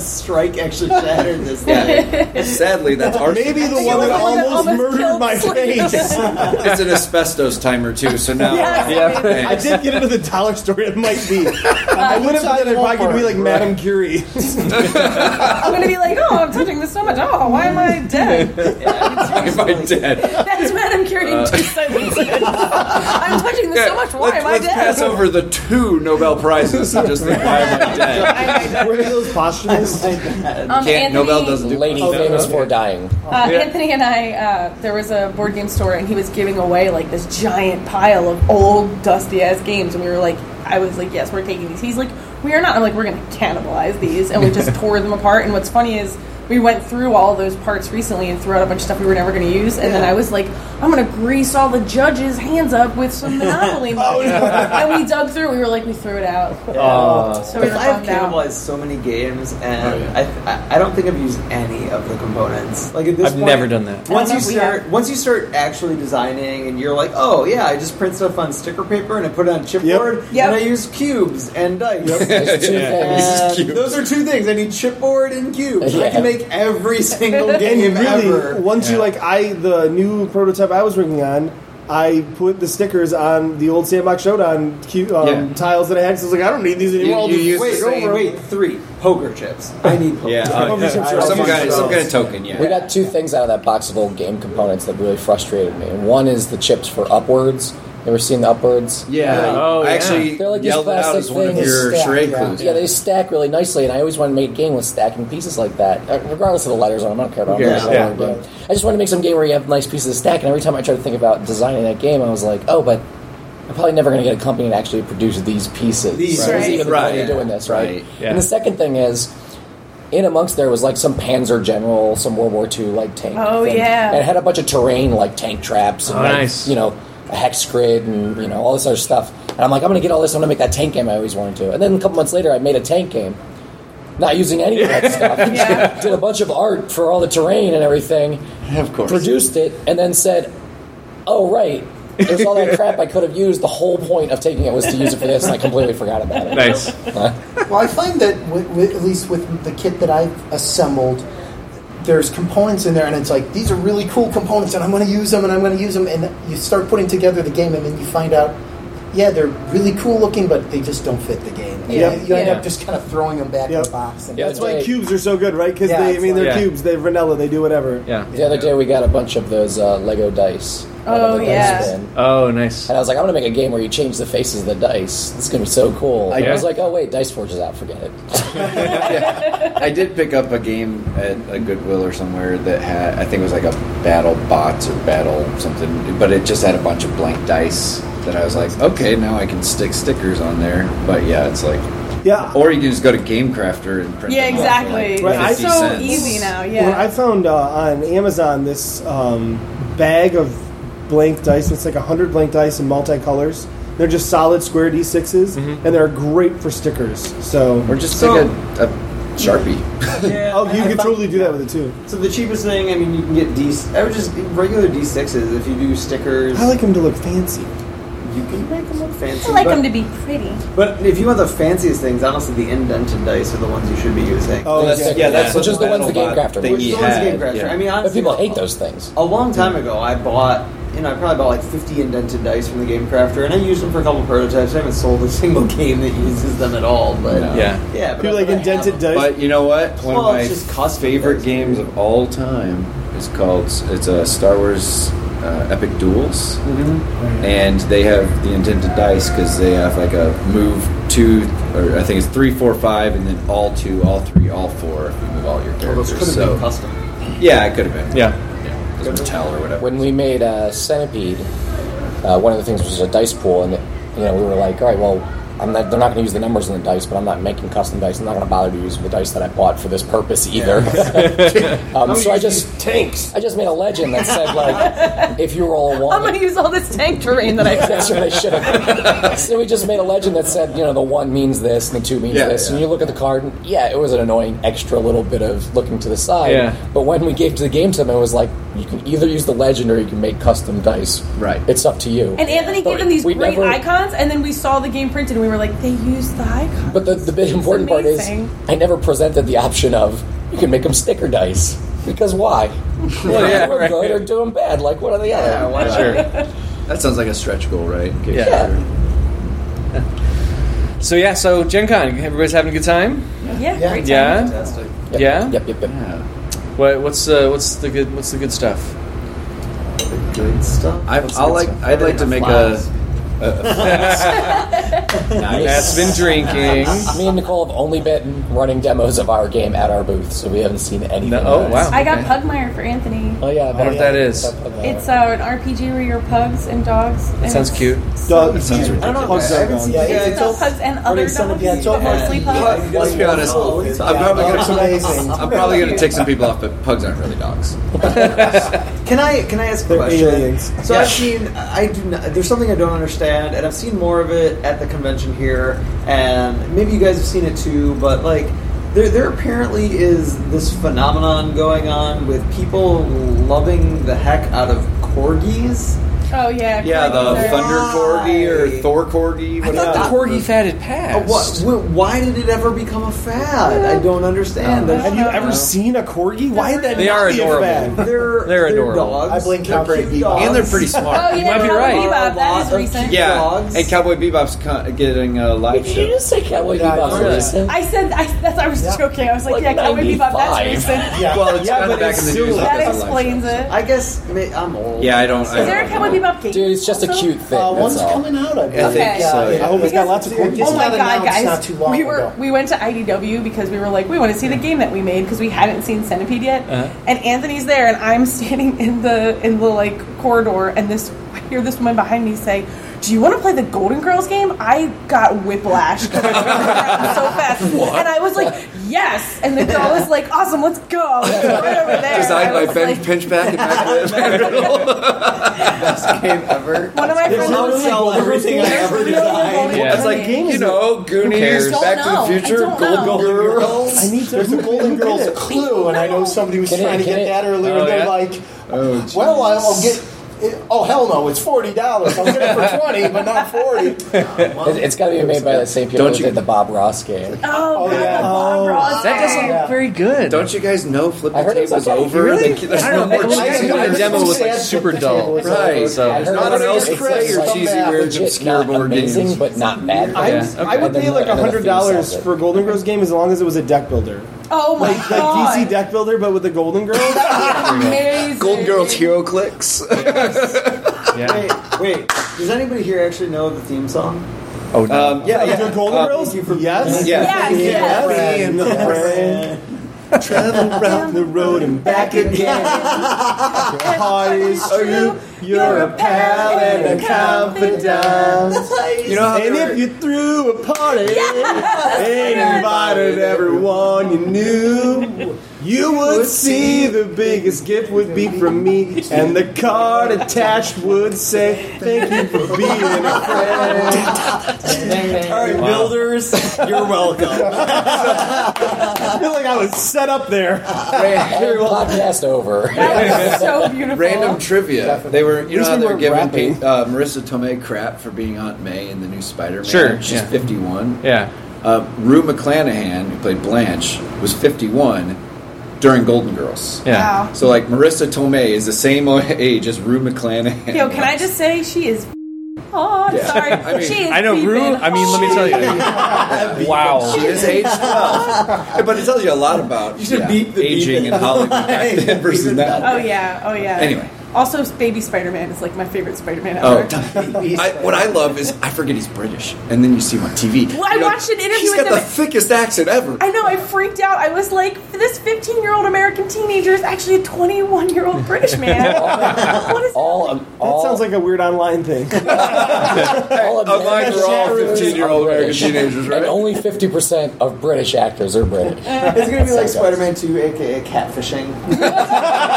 Speaker 6: strike actually shattered this thing?
Speaker 5: sadly, that's our
Speaker 1: Maybe the
Speaker 3: think
Speaker 1: one
Speaker 3: it was
Speaker 1: that
Speaker 3: the one that
Speaker 1: almost
Speaker 3: almost
Speaker 1: murdered
Speaker 3: killed
Speaker 1: my
Speaker 3: Sleepy.
Speaker 1: face.
Speaker 5: it's an asbestos timer too. So now,
Speaker 3: Yeah.
Speaker 5: Hey,
Speaker 1: I did get into the dollar store. It might be. I would have thought that if I could be like Madame Curie.
Speaker 3: I'm gonna be like, oh, I'm touching this so much. Oh, why am I dead?
Speaker 5: Am I dead?
Speaker 3: That's what I'm carrying two silence. I'm touching this so much. Why
Speaker 5: Uh. let's
Speaker 3: am I
Speaker 5: let's pass
Speaker 3: dead?
Speaker 5: over the two Nobel prizes and just think, why am I dead?
Speaker 1: Were they those posthumous?
Speaker 3: Um,
Speaker 5: Can't, Nobel doesn't do
Speaker 2: Lady famous for dying.
Speaker 3: Uh, Anthony and I, uh, there was a board game store, and he was giving away like this giant pile of old, dusty ass games, and we were like, I was like, yes, we're taking these. He's like, we are not. I'm like, we're gonna cannibalize these, and we just tore them apart. And what's funny is we went through all those parts recently and threw out a bunch of stuff we were never gonna use, and then I was like, I'm gonna grease all the judges' hands up with some
Speaker 1: Oh,
Speaker 3: Monopoly money, and we dug through. it. We were like, we threw it out. so we were
Speaker 6: Uh, I've
Speaker 3: bummed out.
Speaker 6: cannibalized so many games, and I, I, I don't think I've used any of the components. Like at this
Speaker 4: I've
Speaker 6: point,
Speaker 4: never done that.
Speaker 6: Once
Speaker 3: I don't know
Speaker 6: you
Speaker 3: if we
Speaker 6: start,
Speaker 3: have.
Speaker 6: once you start actually designing, and you're like, oh yeah, I just print stuff on sticker paper and I put it on chipboard,
Speaker 3: Yep.
Speaker 6: and I use cubes and dice.
Speaker 2: There's two things.
Speaker 6: And those are two things. I need chipboard and cubes. I
Speaker 2: Yeah.
Speaker 6: can make every single
Speaker 1: and
Speaker 6: game
Speaker 1: really,
Speaker 6: ever.
Speaker 1: once you like, I the new prototype I was working on, I put the stickers on the old sandbox showdown cute, um,
Speaker 5: Yeah.
Speaker 1: tiles that I had. So I was like, I don't need these anymore. I'll
Speaker 5: you
Speaker 1: just
Speaker 5: use
Speaker 6: Wait,
Speaker 1: stick
Speaker 6: wait,
Speaker 1: over 'em.
Speaker 6: wait, three poker chips. I need poker
Speaker 5: Yeah,
Speaker 6: chips.
Speaker 5: uh,
Speaker 1: Poker chips are
Speaker 5: or some
Speaker 1: awesome.
Speaker 5: kind, of, some kind of token. Yeah,
Speaker 2: We got two things out of that box of old game components that really frustrated me. And one is the chips for upwards. You ever seen the upwards?
Speaker 5: Yeah,
Speaker 4: Oh,
Speaker 5: I
Speaker 4: yeah.
Speaker 5: actually
Speaker 2: They're like these
Speaker 5: yelled it out
Speaker 2: plastic
Speaker 5: as one of
Speaker 2: things.
Speaker 5: your
Speaker 7: Yeah,
Speaker 5: charade
Speaker 7: yeah.
Speaker 5: clues.
Speaker 2: Yeah, they stack really nicely, and I always want to make a game with stacking pieces like that, Uh, regardless of the letters on them. I don't care about
Speaker 5: cares?
Speaker 2: them. I,
Speaker 5: Yeah.
Speaker 2: don't know. I just want to make some game where you have nice pieces to stack, and every time I try to think about designing that game, I was like, oh, but I'm probably never going to get a company to actually produce these pieces.
Speaker 5: These,
Speaker 2: So what's
Speaker 3: right.
Speaker 2: even the
Speaker 5: Right,
Speaker 2: point of
Speaker 5: yeah.
Speaker 2: doing this, right?
Speaker 5: Right,
Speaker 4: yeah.
Speaker 2: And the second thing is, in amongst there was like some Panzer General, some World War II like tank.
Speaker 3: Oh,
Speaker 2: thing.
Speaker 3: yeah.
Speaker 2: and it had a bunch of terrain like tank traps and
Speaker 4: Oh,
Speaker 2: like,
Speaker 4: nice.
Speaker 2: you know a hex grid and you know all this other stuff. And I'm like, I'm gonna get all this. I'm gonna make that tank game I always wanted to. And then a couple months later, I made a tank game, not using any of that stuff.
Speaker 3: Yeah.
Speaker 2: Did a bunch of art for all the terrain and everything.
Speaker 5: of course.
Speaker 2: Produced it and then said, "Oh right." There's all that crap I could have used. The whole point of taking it was to use it for this, and I completely forgot about it.
Speaker 4: Nice.
Speaker 7: Well, I find that wi wi at least with the kit that I've assembled, there's components in there, and it's like these are really cool components, and I'm going to use them, and I'm going to use them, and you start putting together the game, and then you find out, yeah, they're really cool looking, but they just don't fit the game. And
Speaker 1: Yeah.
Speaker 7: you, you end
Speaker 4: Yeah.
Speaker 7: up just kind of throwing them back in
Speaker 1: Yep.
Speaker 7: the box. And
Speaker 2: Yeah,
Speaker 1: That's why
Speaker 2: Right.
Speaker 1: cubes are so good, right? Because
Speaker 7: Yeah,
Speaker 1: they, I
Speaker 7: it's
Speaker 1: mean, they're
Speaker 4: like- Yeah.
Speaker 1: cubes. They vanilla. They do whatever.
Speaker 4: Yeah.
Speaker 2: The other day we got a bunch of those uh, Lego dice. out of
Speaker 3: Oh,
Speaker 2: the dice
Speaker 3: yeah.
Speaker 2: bin.
Speaker 4: Oh, nice.
Speaker 2: And I was like, I'm gonna make a game where you change the faces of the dice. This is gonna be so cool. I
Speaker 4: Yeah.
Speaker 2: was like, oh wait, Dice Forge is out. Forget it.
Speaker 5: I did pick up a game at a Goodwill or somewhere that had, I think it was like a Battle Bots or Battle something, but it just had a bunch of blank dice that I was like, okay, now I can stick stickers on there. But yeah, it's like,
Speaker 1: Yeah.
Speaker 5: or you can just go to Game Crafter and print.
Speaker 3: Yeah,
Speaker 5: them off for,
Speaker 3: exactly.
Speaker 1: Right, I-
Speaker 3: It's
Speaker 5: 50
Speaker 3: so
Speaker 5: cents.
Speaker 3: easy now.
Speaker 1: Or I
Speaker 3: Yeah.
Speaker 1: found uh, on Amazon this um, bag of blank dice. It's like hundred blank dice in multicolors. They're just solid square D 6s and they're great for stickers. So,
Speaker 5: Or just
Speaker 6: So-
Speaker 5: take a, a Sharpie.
Speaker 6: Yeah,
Speaker 1: oh, you
Speaker 6: I- I
Speaker 1: could
Speaker 6: thought-
Speaker 1: totally do that with it too.
Speaker 6: So the cheapest thing, I mean, you can get D. I would just regular D sixes if you do stickers.
Speaker 1: I like them to look fancy.
Speaker 6: you can make them look fancy.
Speaker 3: I like
Speaker 6: but,
Speaker 3: them to be pretty.
Speaker 6: But if you want the fanciest things, honestly, the indented dice are the ones you should be using.
Speaker 1: Oh,
Speaker 2: That's-
Speaker 1: yeah.
Speaker 2: yeah, that's
Speaker 5: what
Speaker 2: Which is the ones the Game
Speaker 5: Battle Bot
Speaker 2: Crafter
Speaker 5: thing
Speaker 2: makes.
Speaker 5: he
Speaker 6: Which the ones
Speaker 5: had,
Speaker 6: Game Crafter.
Speaker 5: yeah.
Speaker 6: I mean,
Speaker 2: But
Speaker 6: honestly,
Speaker 2: people hate those things.
Speaker 6: A long time ago, I bought, you know, I probably bought like 50 indented dice from the Game Crafter, and I used them for a couple prototypes. I haven't sold a single game that uses them at all, but
Speaker 5: No.
Speaker 4: Yeah.
Speaker 6: yeah. but
Speaker 1: People
Speaker 6: I-
Speaker 1: like
Speaker 6: but I
Speaker 1: indented
Speaker 6: have them.
Speaker 1: dice.
Speaker 5: But you know what? One
Speaker 6: Well,
Speaker 5: of my
Speaker 6: it's just custom
Speaker 5: favorite
Speaker 6: things.
Speaker 5: games of all time is called. It's a Star Wars uh, Epic Duels,
Speaker 6: Mm-hmm.
Speaker 5: and they have the indented dice because they have like a move two, or I think it's three, four, five, and then all two, all three, all four. If you move all your
Speaker 6: Well, those could have
Speaker 5: characters,
Speaker 6: been
Speaker 5: so
Speaker 6: custom.
Speaker 5: yeah, it could have been.
Speaker 4: Yeah.
Speaker 5: yeah, it was Mattel or whatever.
Speaker 2: When we made uh, Centipede, uh, one of the things was a dice pool, and you know we were like, all right, well, I'm not, they're not gonna use the numbers in the dice, but I'm not making custom dice. I'm not gonna bother to use the dice that I bought for this purpose either. um, so I just tanks. I just made a legend that said like, if you roll a
Speaker 3: I'm
Speaker 2: one,
Speaker 3: gonna use all this tank terrain that I
Speaker 2: That's what I should have. so we just made a legend that said, you know, the one means this and the two means
Speaker 5: Yeah,
Speaker 2: this. And
Speaker 5: yeah.
Speaker 2: you look at the card, and yeah, it was an annoying extra little bit of looking to the side.
Speaker 4: Yeah.
Speaker 2: But when we gave to the game to them, it was like, you can either use the legend or you can make custom dice.
Speaker 5: Right.
Speaker 2: It's up to you.
Speaker 3: And Anthony
Speaker 2: But
Speaker 3: gave them these
Speaker 2: we
Speaker 3: great
Speaker 2: never-
Speaker 3: icons, and then we saw the game printed, and we were like, they used the icons.
Speaker 2: But the, the big
Speaker 3: It's
Speaker 2: important part is,
Speaker 3: amazing.
Speaker 2: I never presented the option of, you can make them sticker dice. Because why? Well,
Speaker 4: yeah,
Speaker 2: do 'em
Speaker 4: right.
Speaker 2: good or do 'em bad, like one or the
Speaker 6: Yeah,
Speaker 2: other.
Speaker 6: why not?
Speaker 5: that sounds like a stretch goal, right?
Speaker 4: Yeah.
Speaker 2: Yeah.
Speaker 4: So yeah. So Gen Con, everybody's having a good time.
Speaker 3: Yeah,
Speaker 7: Yeah.
Speaker 3: great time.
Speaker 4: Yeah.
Speaker 6: Fantastic.
Speaker 2: Yep,
Speaker 4: Yeah?
Speaker 2: Yep, yep, yep.
Speaker 5: Yeah.
Speaker 4: What, what's uh, what's the good what's the good stuff?
Speaker 6: the good stuff.
Speaker 5: I,
Speaker 6: What's the
Speaker 5: I'll
Speaker 6: good
Speaker 5: like.
Speaker 6: stuff?
Speaker 5: I'd like to
Speaker 6: Everything
Speaker 5: make
Speaker 6: has
Speaker 5: a.
Speaker 4: Matt's
Speaker 2: Nice.
Speaker 4: been drinking.
Speaker 2: Me and Nicole have only been running demos of our game at our booth, so we haven't seen anything.
Speaker 4: No- oh,
Speaker 2: else.
Speaker 4: wow.
Speaker 3: I got
Speaker 4: Okay.
Speaker 3: Pugmire for Anthony.
Speaker 2: Oh yeah, I
Speaker 4: wonder if that is.
Speaker 3: It's uh, an RPG where you're pugs and dogs. And
Speaker 4: sounds
Speaker 3: it's-
Speaker 4: cute.
Speaker 1: Dog,
Speaker 5: sounds
Speaker 1: yeah,
Speaker 5: ridiculous.
Speaker 1: Pugs
Speaker 6: I
Speaker 1: are
Speaker 6: haven't
Speaker 1: gone.
Speaker 6: seen
Speaker 7: Yeah,
Speaker 6: that.
Speaker 7: it's, it's
Speaker 3: It's not
Speaker 7: all.
Speaker 3: pugs and
Speaker 7: or
Speaker 3: other
Speaker 7: it's some of
Speaker 3: dogs,
Speaker 7: the- yeah, it's
Speaker 3: but
Speaker 7: all pugs.
Speaker 3: mostly
Speaker 5: Well,
Speaker 3: pugs.
Speaker 5: Let's be honest. I'm
Speaker 7: Yeah,
Speaker 5: probably
Speaker 7: it's
Speaker 5: gonna.
Speaker 7: amazing.
Speaker 5: I'm probably gonna tick some people off, but pugs aren't really dogs.
Speaker 6: Can I can I ask a
Speaker 1: They're
Speaker 6: question?
Speaker 1: aliens.
Speaker 6: So I've seen I do not, there's something I don't understand, and I've seen more of it at the convention here, and maybe you guys have seen it too. But like, there there apparently is this phenomenon going on with people loving the heck out of corgis.
Speaker 3: Oh yeah.
Speaker 5: Yeah, the
Speaker 3: corgis are-
Speaker 5: Thunder Corgi or Thor Corgi.
Speaker 4: I thought
Speaker 5: whatever.
Speaker 4: the corgi fad had
Speaker 1: Oh,
Speaker 6: Uh, What,
Speaker 4: passed.
Speaker 6: wh- why did it ever become a fad? I don't understand.
Speaker 3: Yeah.
Speaker 1: Have you ever seen a corgi? Why did that?
Speaker 4: They
Speaker 1: not
Speaker 4: are
Speaker 1: be a
Speaker 4: adorable.
Speaker 1: fad?
Speaker 6: They're, they're
Speaker 4: They're adorable.
Speaker 6: dogs.
Speaker 7: I blame
Speaker 6: They're
Speaker 7: Cowboy
Speaker 6: cute
Speaker 7: Bebop.
Speaker 6: dogs.
Speaker 5: and they're pretty
Speaker 3: Oh
Speaker 5: smart.
Speaker 3: yeah,
Speaker 4: might be
Speaker 3: Cowboy
Speaker 4: right.
Speaker 3: Bebop, that is
Speaker 6: Lots of
Speaker 3: recent.
Speaker 6: cute
Speaker 5: Yeah,
Speaker 6: Dogs.
Speaker 5: and Cowboy Bebop's co- getting a live
Speaker 2: Did you
Speaker 5: show.
Speaker 2: just say Cowboy
Speaker 1: Yeah,
Speaker 2: Bebop's
Speaker 1: yeah.
Speaker 2: recent?
Speaker 3: I said I, that's I was
Speaker 7: Yeah.
Speaker 3: joking. I was like,
Speaker 2: Like
Speaker 3: yeah, Cowboy Bebop. That's
Speaker 2: 95.
Speaker 3: recent.
Speaker 1: Yeah,
Speaker 5: Well, it's
Speaker 1: yeah,
Speaker 5: kinda
Speaker 1: but
Speaker 5: back
Speaker 1: it's
Speaker 5: in the
Speaker 1: still-
Speaker 5: news.
Speaker 3: That
Speaker 5: That's a live
Speaker 3: explains
Speaker 5: show.
Speaker 3: it.
Speaker 6: I guess may- I'm old.
Speaker 5: Yeah, I don't. I
Speaker 3: Is there a
Speaker 5: don't
Speaker 3: Cowboy
Speaker 5: know.
Speaker 3: Bebop game?
Speaker 2: Dude, it's just a
Speaker 3: also?
Speaker 2: cute thing.
Speaker 7: Uh, one's
Speaker 2: that's all.
Speaker 7: coming out, I believe.
Speaker 5: think so, yeah.
Speaker 7: I
Speaker 1: I hope it's got lots of
Speaker 7: Because-
Speaker 1: corgis.
Speaker 7: Just
Speaker 3: Oh my
Speaker 7: got
Speaker 3: god,
Speaker 7: announced
Speaker 3: guys!
Speaker 7: not too long
Speaker 3: we were
Speaker 7: ago.
Speaker 3: we went to IDW because we were like, we want to see the game that we made because we hadn't seen Centipede yet.
Speaker 5: Uh-huh.
Speaker 3: And Anthony's there, and I'm standing in the in the like corridor, and this I hear this woman behind me say. Do you want to play the Golden Girls game? I got whiplash 'cause I turned around so fast, and I was like, "Yes!" And the girl was like, "Awesome, let's go!" It's right over there.
Speaker 5: Designed
Speaker 3: I
Speaker 5: by
Speaker 3: was
Speaker 5: Ben
Speaker 3: like-
Speaker 5: Pinchback and Matt
Speaker 6: game ever.
Speaker 3: One of my friends
Speaker 6: I'll
Speaker 3: was like,
Speaker 6: sell everything I ever designed.
Speaker 4: Yeah.
Speaker 5: It's like you know, Goonies,
Speaker 4: cares?
Speaker 5: Back
Speaker 3: Don't
Speaker 5: to
Speaker 3: know.
Speaker 5: the Future,
Speaker 3: I don't
Speaker 5: Golden
Speaker 3: know.
Speaker 5: Girls.
Speaker 1: I need to.
Speaker 7: There's a Golden Girls clue, and I know somebody was
Speaker 2: Get it,
Speaker 7: trying to
Speaker 2: get
Speaker 7: get
Speaker 2: it.
Speaker 7: that earlier,
Speaker 4: Oh,
Speaker 7: and they're
Speaker 4: yeah?
Speaker 7: like, "Well, I'll get." It, oh hell no! It's forty dollars. I'll get it for twenty, but not forty.
Speaker 2: It- it's got to be made by the same people
Speaker 5: Don't
Speaker 2: that
Speaker 5: you-
Speaker 2: did the Bob Ross game.
Speaker 3: "Oh,
Speaker 7: Oh, yeah.
Speaker 3: yeah. Bob Ross.
Speaker 4: That doesn't
Speaker 7: Yeah.
Speaker 4: look very good.
Speaker 5: Don't you guys know Flip
Speaker 2: I
Speaker 5: the
Speaker 2: heard it
Speaker 5: Tape
Speaker 2: was
Speaker 5: was
Speaker 2: okay.
Speaker 5: over?
Speaker 4: Really?
Speaker 5: They- There's
Speaker 4: I
Speaker 5: no
Speaker 4: don't-
Speaker 5: more
Speaker 4: I
Speaker 5: cheese.
Speaker 4: don't know.
Speaker 5: The
Speaker 4: The
Speaker 5: demo
Speaker 4: demo
Speaker 5: was
Speaker 4: was, like,
Speaker 7: Sad
Speaker 4: super
Speaker 7: that the
Speaker 4: dull.
Speaker 7: table is
Speaker 5: Right.
Speaker 7: over.
Speaker 4: So-
Speaker 2: I heard
Speaker 5: No one
Speaker 2: it was-
Speaker 5: else
Speaker 2: it's
Speaker 5: play your
Speaker 2: like
Speaker 5: cheesy,
Speaker 2: not
Speaker 5: weird,
Speaker 2: legit,
Speaker 5: obscure
Speaker 2: not
Speaker 5: board games.
Speaker 2: amazing, but not bad.
Speaker 1: I,
Speaker 4: Yeah, okay.
Speaker 1: I would pay like
Speaker 2: And then the
Speaker 1: hundred
Speaker 2: theme
Speaker 1: dollars
Speaker 2: sounds
Speaker 1: for a Golden Girls game as long as it was a deck builder,
Speaker 3: Oh my
Speaker 1: like like
Speaker 3: god!
Speaker 1: DC deck builder, but with the Golden Girls.
Speaker 3: Amazing.
Speaker 5: Golden Girls Hero Clicks.
Speaker 4: Yeah.
Speaker 6: Wait, wait. Does anybody here actually know the theme song?
Speaker 4: Oh, no.
Speaker 5: Um, yeah,
Speaker 1: Like the
Speaker 5: yeah.
Speaker 1: Golden
Speaker 5: Uh,
Speaker 1: Girls. Yes.
Speaker 5: Yeah.
Speaker 3: Yes, yes.
Speaker 1: Me and the friend travel round the road and back again. Highest
Speaker 3: Are you-
Speaker 1: You're a pal and a confidant.
Speaker 5: You know how
Speaker 1: And
Speaker 5: they were-
Speaker 1: if you threw a party and invited everyone you knew, you would see the biggest gift would be from me, and the card attached would say, "Thank you for being a friend."
Speaker 7: All right, builders, you're welcome.
Speaker 1: I feel like I was set up there.
Speaker 2: And podcast over.
Speaker 3: That was so beautiful.
Speaker 5: Random trivia. They were, you know,
Speaker 1: least
Speaker 5: how
Speaker 1: we
Speaker 5: they were
Speaker 1: weren't
Speaker 5: giving
Speaker 1: rapping.
Speaker 5: Pete, uh, Marissa Tomei crap for being Aunt May in the new Spider-Man.
Speaker 4: Sure,
Speaker 5: she's
Speaker 4: yeah.
Speaker 5: 51.
Speaker 4: yeah.
Speaker 5: Uh, Rue McClanahan, who played Blanche, was 51 during Golden Girls.
Speaker 4: Yeah.
Speaker 3: Wow.
Speaker 5: So like Marissa Tomei is the same age as Rue McClanahan.
Speaker 3: Yo, can I just say she is. Oh, I'm
Speaker 5: Yeah.
Speaker 3: sorry.
Speaker 5: I mean,
Speaker 3: she is
Speaker 4: I know Rue.
Speaker 3: beeping.
Speaker 4: I mean, let me tell you. wow.
Speaker 5: She is age 12. but it tells you a lot about
Speaker 6: should
Speaker 5: yeah,
Speaker 6: beat the
Speaker 5: aging in Hollywood back then versus now.
Speaker 3: Oh yeah. Oh yeah.
Speaker 5: Anyway.
Speaker 3: Also, Baby Spider-Man is like my favorite Spider-Man
Speaker 5: Oh,
Speaker 3: ever.
Speaker 5: I, what I love is I forget he's British, and then you see him on TV.
Speaker 3: Well, I
Speaker 5: You're
Speaker 3: watched an interview
Speaker 5: He's
Speaker 3: with
Speaker 5: got
Speaker 3: him
Speaker 5: the
Speaker 3: at-
Speaker 5: thickest accent ever.
Speaker 3: I know. I freaked out. I was like, this 15-year-old American teenager is actually a 21-year-old British man. what is
Speaker 2: All,
Speaker 3: that?
Speaker 2: um,
Speaker 1: That
Speaker 2: all,
Speaker 1: sounds like a weird online thing.
Speaker 2: all
Speaker 5: Oh, mine were all
Speaker 2: Americans
Speaker 5: 15-year-old
Speaker 2: are
Speaker 5: American
Speaker 2: British,
Speaker 5: teenagers, right?
Speaker 2: And only fifty percent of British actors are British.
Speaker 6: It's gonna be like
Speaker 2: That's how it goes.
Speaker 6: Spider-Man 2, aka catfishing.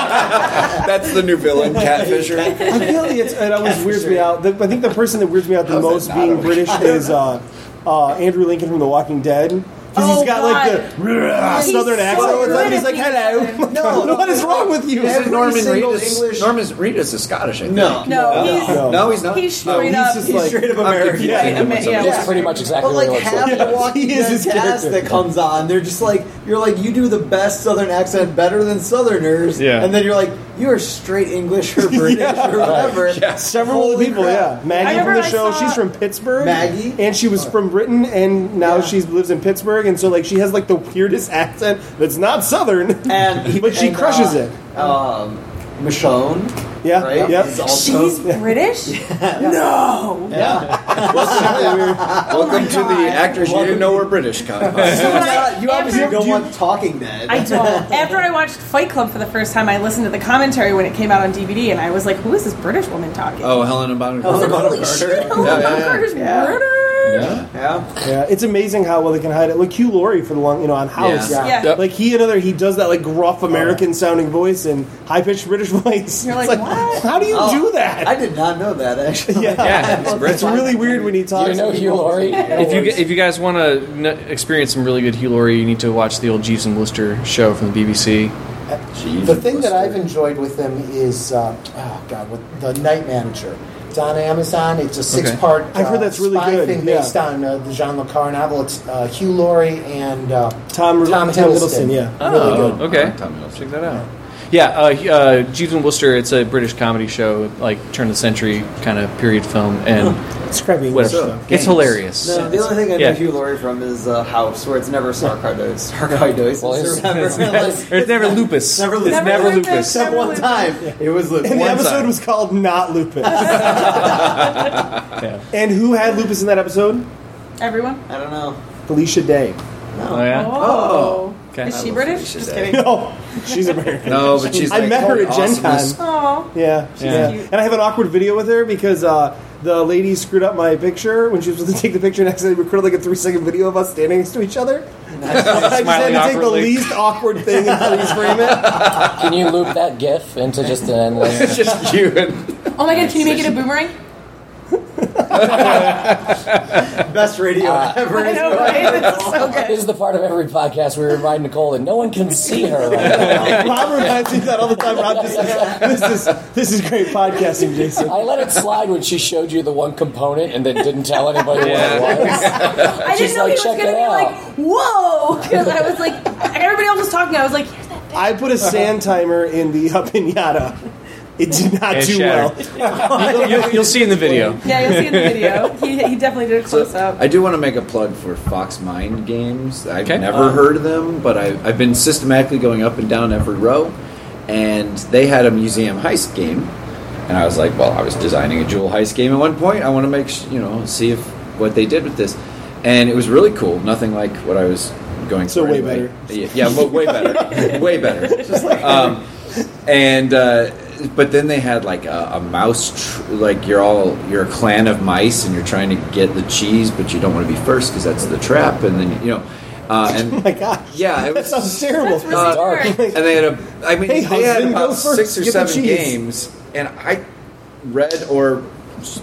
Speaker 5: That's the new villain, Catfisher.
Speaker 1: I feel like it's, it always weirds me out. The, I think the person that weirds me out the
Speaker 5: How's that
Speaker 1: most
Speaker 5: not
Speaker 1: being
Speaker 5: okay?
Speaker 1: British is uh, uh, Andrew Lincoln from The Walking Dead. Because
Speaker 3: Oh,
Speaker 1: he's got
Speaker 3: God.
Speaker 1: like the "Rah,"
Speaker 3: He's
Speaker 1: southern
Speaker 3: so
Speaker 1: accent. It's like,
Speaker 3: good
Speaker 1: he's
Speaker 3: at
Speaker 1: like, hello.
Speaker 3: being
Speaker 6: No.
Speaker 1: what is wrong with you?
Speaker 6: Every
Speaker 5: Norman
Speaker 6: single
Speaker 5: Reedus.
Speaker 6: English-
Speaker 5: Norman Reedus is Scottish, I think. Oh.
Speaker 6: No.
Speaker 3: No, he's
Speaker 1: No.
Speaker 5: No, he's not.
Speaker 3: he's straight
Speaker 1: he's
Speaker 3: up.
Speaker 1: just
Speaker 3: he's
Speaker 1: like-
Speaker 6: Straight up
Speaker 5: I'm
Speaker 6: American.
Speaker 5: confused.
Speaker 3: Yeah, I mean, yeah.
Speaker 2: That's pretty much exactly
Speaker 6: But like
Speaker 2: what it looks
Speaker 6: half
Speaker 2: like.
Speaker 6: the Walking
Speaker 1: He is
Speaker 6: Dead
Speaker 1: his
Speaker 6: cast
Speaker 1: character.
Speaker 6: that comes on, they're just like, you're like, you do the best Southern accent better than Southerners,
Speaker 4: Yeah.
Speaker 6: and then you're like, you are straight English or British or whatever.
Speaker 1: Several
Speaker 6: Holy
Speaker 1: people, yeah.
Speaker 6: crap.
Speaker 1: Maggie
Speaker 3: remember
Speaker 1: from the
Speaker 3: I
Speaker 1: show,
Speaker 3: saw-
Speaker 1: she's from Pittsburgh.
Speaker 6: Maggie?
Speaker 1: And she was from Britain, and now
Speaker 6: Yeah.
Speaker 1: she lives in Pittsburgh, and so like she has like the weirdest accent that's not southern.
Speaker 6: And he,
Speaker 1: But she
Speaker 6: and,
Speaker 1: crushes
Speaker 6: uh, Um, Michonne
Speaker 1: Yeah,
Speaker 6: right?
Speaker 1: yeah.
Speaker 6: Is also-
Speaker 3: She's British? No!
Speaker 6: yeah.
Speaker 3: Oh
Speaker 5: Welcome to the actors you didn't know were British contest.
Speaker 3: When I-
Speaker 6: you obviously
Speaker 3: after-
Speaker 6: don't want talking dead.
Speaker 3: I don't. After I watched Fight Club for the first time, I listened to the commentary when it came out on DVD, and I was like, "Who is this British woman talking?"
Speaker 5: oh, Helena Bonham Carter.
Speaker 3: Holy shit! Helena
Speaker 5: Yeah, yeah,
Speaker 3: Bonham
Speaker 5: yeah.
Speaker 3: Carter's
Speaker 6: Yeah.
Speaker 3: British.
Speaker 5: Yeah.
Speaker 6: Yeah.
Speaker 1: Yeah, it's amazing how well they can hide it. Like Hugh Laurie for the long, you know, on House.
Speaker 5: Yeah.
Speaker 3: Yeah.
Speaker 1: Like he another, he does that like gruff American sounding voice and high pitched British voice.
Speaker 3: You're
Speaker 1: It's
Speaker 3: like, "What?"
Speaker 1: How do you
Speaker 6: Oh,
Speaker 1: do that?
Speaker 6: I did not know that actually.
Speaker 1: yeah,
Speaker 4: Yeah, it's
Speaker 1: it's really weird when he talks.
Speaker 2: You know
Speaker 1: to
Speaker 2: Hugh
Speaker 1: people.
Speaker 2: Laurie?
Speaker 4: If you if you guys want to n- experience some really good Hugh Laurie, you need to watch the old Jeeves and Worcester show from the BBC.
Speaker 5: Jeez,
Speaker 7: The thing that
Speaker 5: Buster.
Speaker 7: I've enjoyed with them is, uh, oh god, with the Night Manager. It's on Amazon. It's a six-part.
Speaker 1: I've heard
Speaker 7: uh,
Speaker 1: that's really
Speaker 7: spy
Speaker 1: good,
Speaker 7: Thing
Speaker 1: yeah.
Speaker 7: based on uh, the Jean Le Carre novel. It's uh, Hugh Laurie and uh,
Speaker 1: Tom
Speaker 7: Tom
Speaker 1: Tom Hiddleston,
Speaker 7: Hiddleston.
Speaker 1: yeah.
Speaker 5: Oh.
Speaker 7: Really good.
Speaker 4: Okay,
Speaker 5: Tom Hiddleston.
Speaker 4: check that out. Yeah, uh, he- uh, Jeeves and Worcester. It's a British comedy show, like turn of the century kind of period film, and
Speaker 1: It's crappy English
Speaker 4: whatever.
Speaker 1: stuff.
Speaker 4: it's hilarious.
Speaker 6: No, the only thing I know
Speaker 4: Yeah.
Speaker 6: Hugh Laurie from is uh, House, where it's never sarcoidosis. Sarcoidosis.
Speaker 2: Well, it's-
Speaker 6: remember?
Speaker 4: Or it's never lupus.
Speaker 1: Never
Speaker 4: It's
Speaker 1: lupus.
Speaker 4: never
Speaker 3: Never lupus.
Speaker 4: lupus.
Speaker 3: Never-
Speaker 6: Except one time, it was Luke.
Speaker 1: And the
Speaker 6: One
Speaker 1: episode
Speaker 6: time.
Speaker 1: was called "Not Lupus."
Speaker 4: Yeah.
Speaker 1: And who had lupus in that episode?
Speaker 3: Everyone.
Speaker 6: I don't know.
Speaker 1: Felicia Day.
Speaker 4: Oh yeah.
Speaker 3: Oh.
Speaker 4: Okay.
Speaker 3: Is she
Speaker 5: love
Speaker 3: British?
Speaker 5: Felicia
Speaker 3: Just
Speaker 5: Day.
Speaker 3: kidding.
Speaker 1: No, she's American.
Speaker 5: No, but she's.
Speaker 1: I
Speaker 5: like,
Speaker 1: met her at Gen
Speaker 5: awesomeness.
Speaker 1: Con.
Speaker 3: Oh.
Speaker 1: Yeah, yeah.
Speaker 3: cute.
Speaker 1: And I have an awkward video with her because uh, the lady screwed up my picture when she was supposed to take the picture, and accidentally recorded like a three-second video of us standing next to each other. I just had
Speaker 4: Smiling
Speaker 1: to take the
Speaker 4: awkwardly.
Speaker 1: least awkward thing and please frame it.
Speaker 2: Can you loop that GIF into just an endless?
Speaker 5: It's just you and
Speaker 3: Oh my god, can you make it a boomerang?
Speaker 6: Best radio
Speaker 1: Uh,
Speaker 6: ever.
Speaker 3: I know, right? That's so
Speaker 2: This is
Speaker 3: good.
Speaker 2: the part of every podcast where we remind Nicole that no one can see her. Right
Speaker 1: Rob reminds me of that all the time. Rob just like, this is this is great podcasting, Jason.
Speaker 2: now. I let it slide when she showed you the one component and then didn't tell anybody what it was.
Speaker 3: I didn't
Speaker 2: She's
Speaker 3: know he
Speaker 2: like,
Speaker 3: was
Speaker 2: check
Speaker 3: going to
Speaker 2: it
Speaker 3: be
Speaker 2: out.
Speaker 3: like, whoa! Because I was like, everybody else was talking. I was like, here's that
Speaker 1: I put a sand timer in the uh, pinata. It did not
Speaker 4: It
Speaker 1: do
Speaker 4: shattered.
Speaker 1: well.
Speaker 4: You'll, you'll see in the video.
Speaker 3: Yeah, you'll see in the video. He, he definitely did a
Speaker 5: So,
Speaker 3: close up.
Speaker 5: I do want to make a plug for Fox Mind Games. I've
Speaker 4: Okay.
Speaker 1: Uh-huh.
Speaker 5: never heard of them, but I, I've been systematically going up and down every row. And they had a museum heist game, and I was like, "Well, I was designing a jewel heist game at one point. I want to make s- you know see if what they did with this." And it was really cool. Nothing like what I was going
Speaker 1: So
Speaker 5: for.
Speaker 1: way
Speaker 5: anyway.
Speaker 1: better.
Speaker 5: Yeah, yeah, well, way better, way better. um, and uh, but then they had like a, a mouse, tr- like you're all you're a clan of mice, and you're trying to get the cheese, but you don't want to be first because that's the trap, and then you know, uh, and
Speaker 1: Oh My God,
Speaker 5: yeah, it
Speaker 1: that
Speaker 5: was. Uh,
Speaker 1: sounds terrible.
Speaker 3: That's really
Speaker 2: dark.
Speaker 3: dark.
Speaker 5: And they had a, I mean,
Speaker 1: Hey,
Speaker 5: they had
Speaker 1: husband,
Speaker 5: about
Speaker 1: go first,
Speaker 5: six or
Speaker 1: get the
Speaker 5: seven
Speaker 1: cheese.
Speaker 5: games, and I read or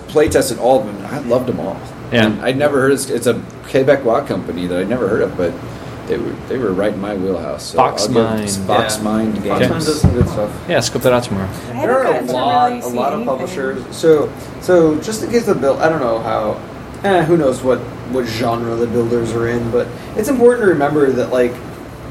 Speaker 5: play tested all of them. And I loved them all.
Speaker 4: Yeah.
Speaker 5: And I'd never heard. Of, this- it's a Quebecois company that I'd never heard of, but they were they were right in my wheelhouse. So
Speaker 4: Fox
Speaker 5: I'll give
Speaker 4: Mind.
Speaker 5: Fox
Speaker 6: Yeah.
Speaker 5: Mind games.
Speaker 6: Fox Mind does some good stuff.
Speaker 4: Yeah, scope that out tomorrow.
Speaker 3: I haven't
Speaker 6: There are a
Speaker 3: gotten to
Speaker 6: lot,
Speaker 3: really
Speaker 6: a
Speaker 3: see
Speaker 6: lot of
Speaker 3: anything.
Speaker 6: publishers. So, so just in case the build, I don't know how, eh, who knows what what genre the builders are in, but it's important to remember that like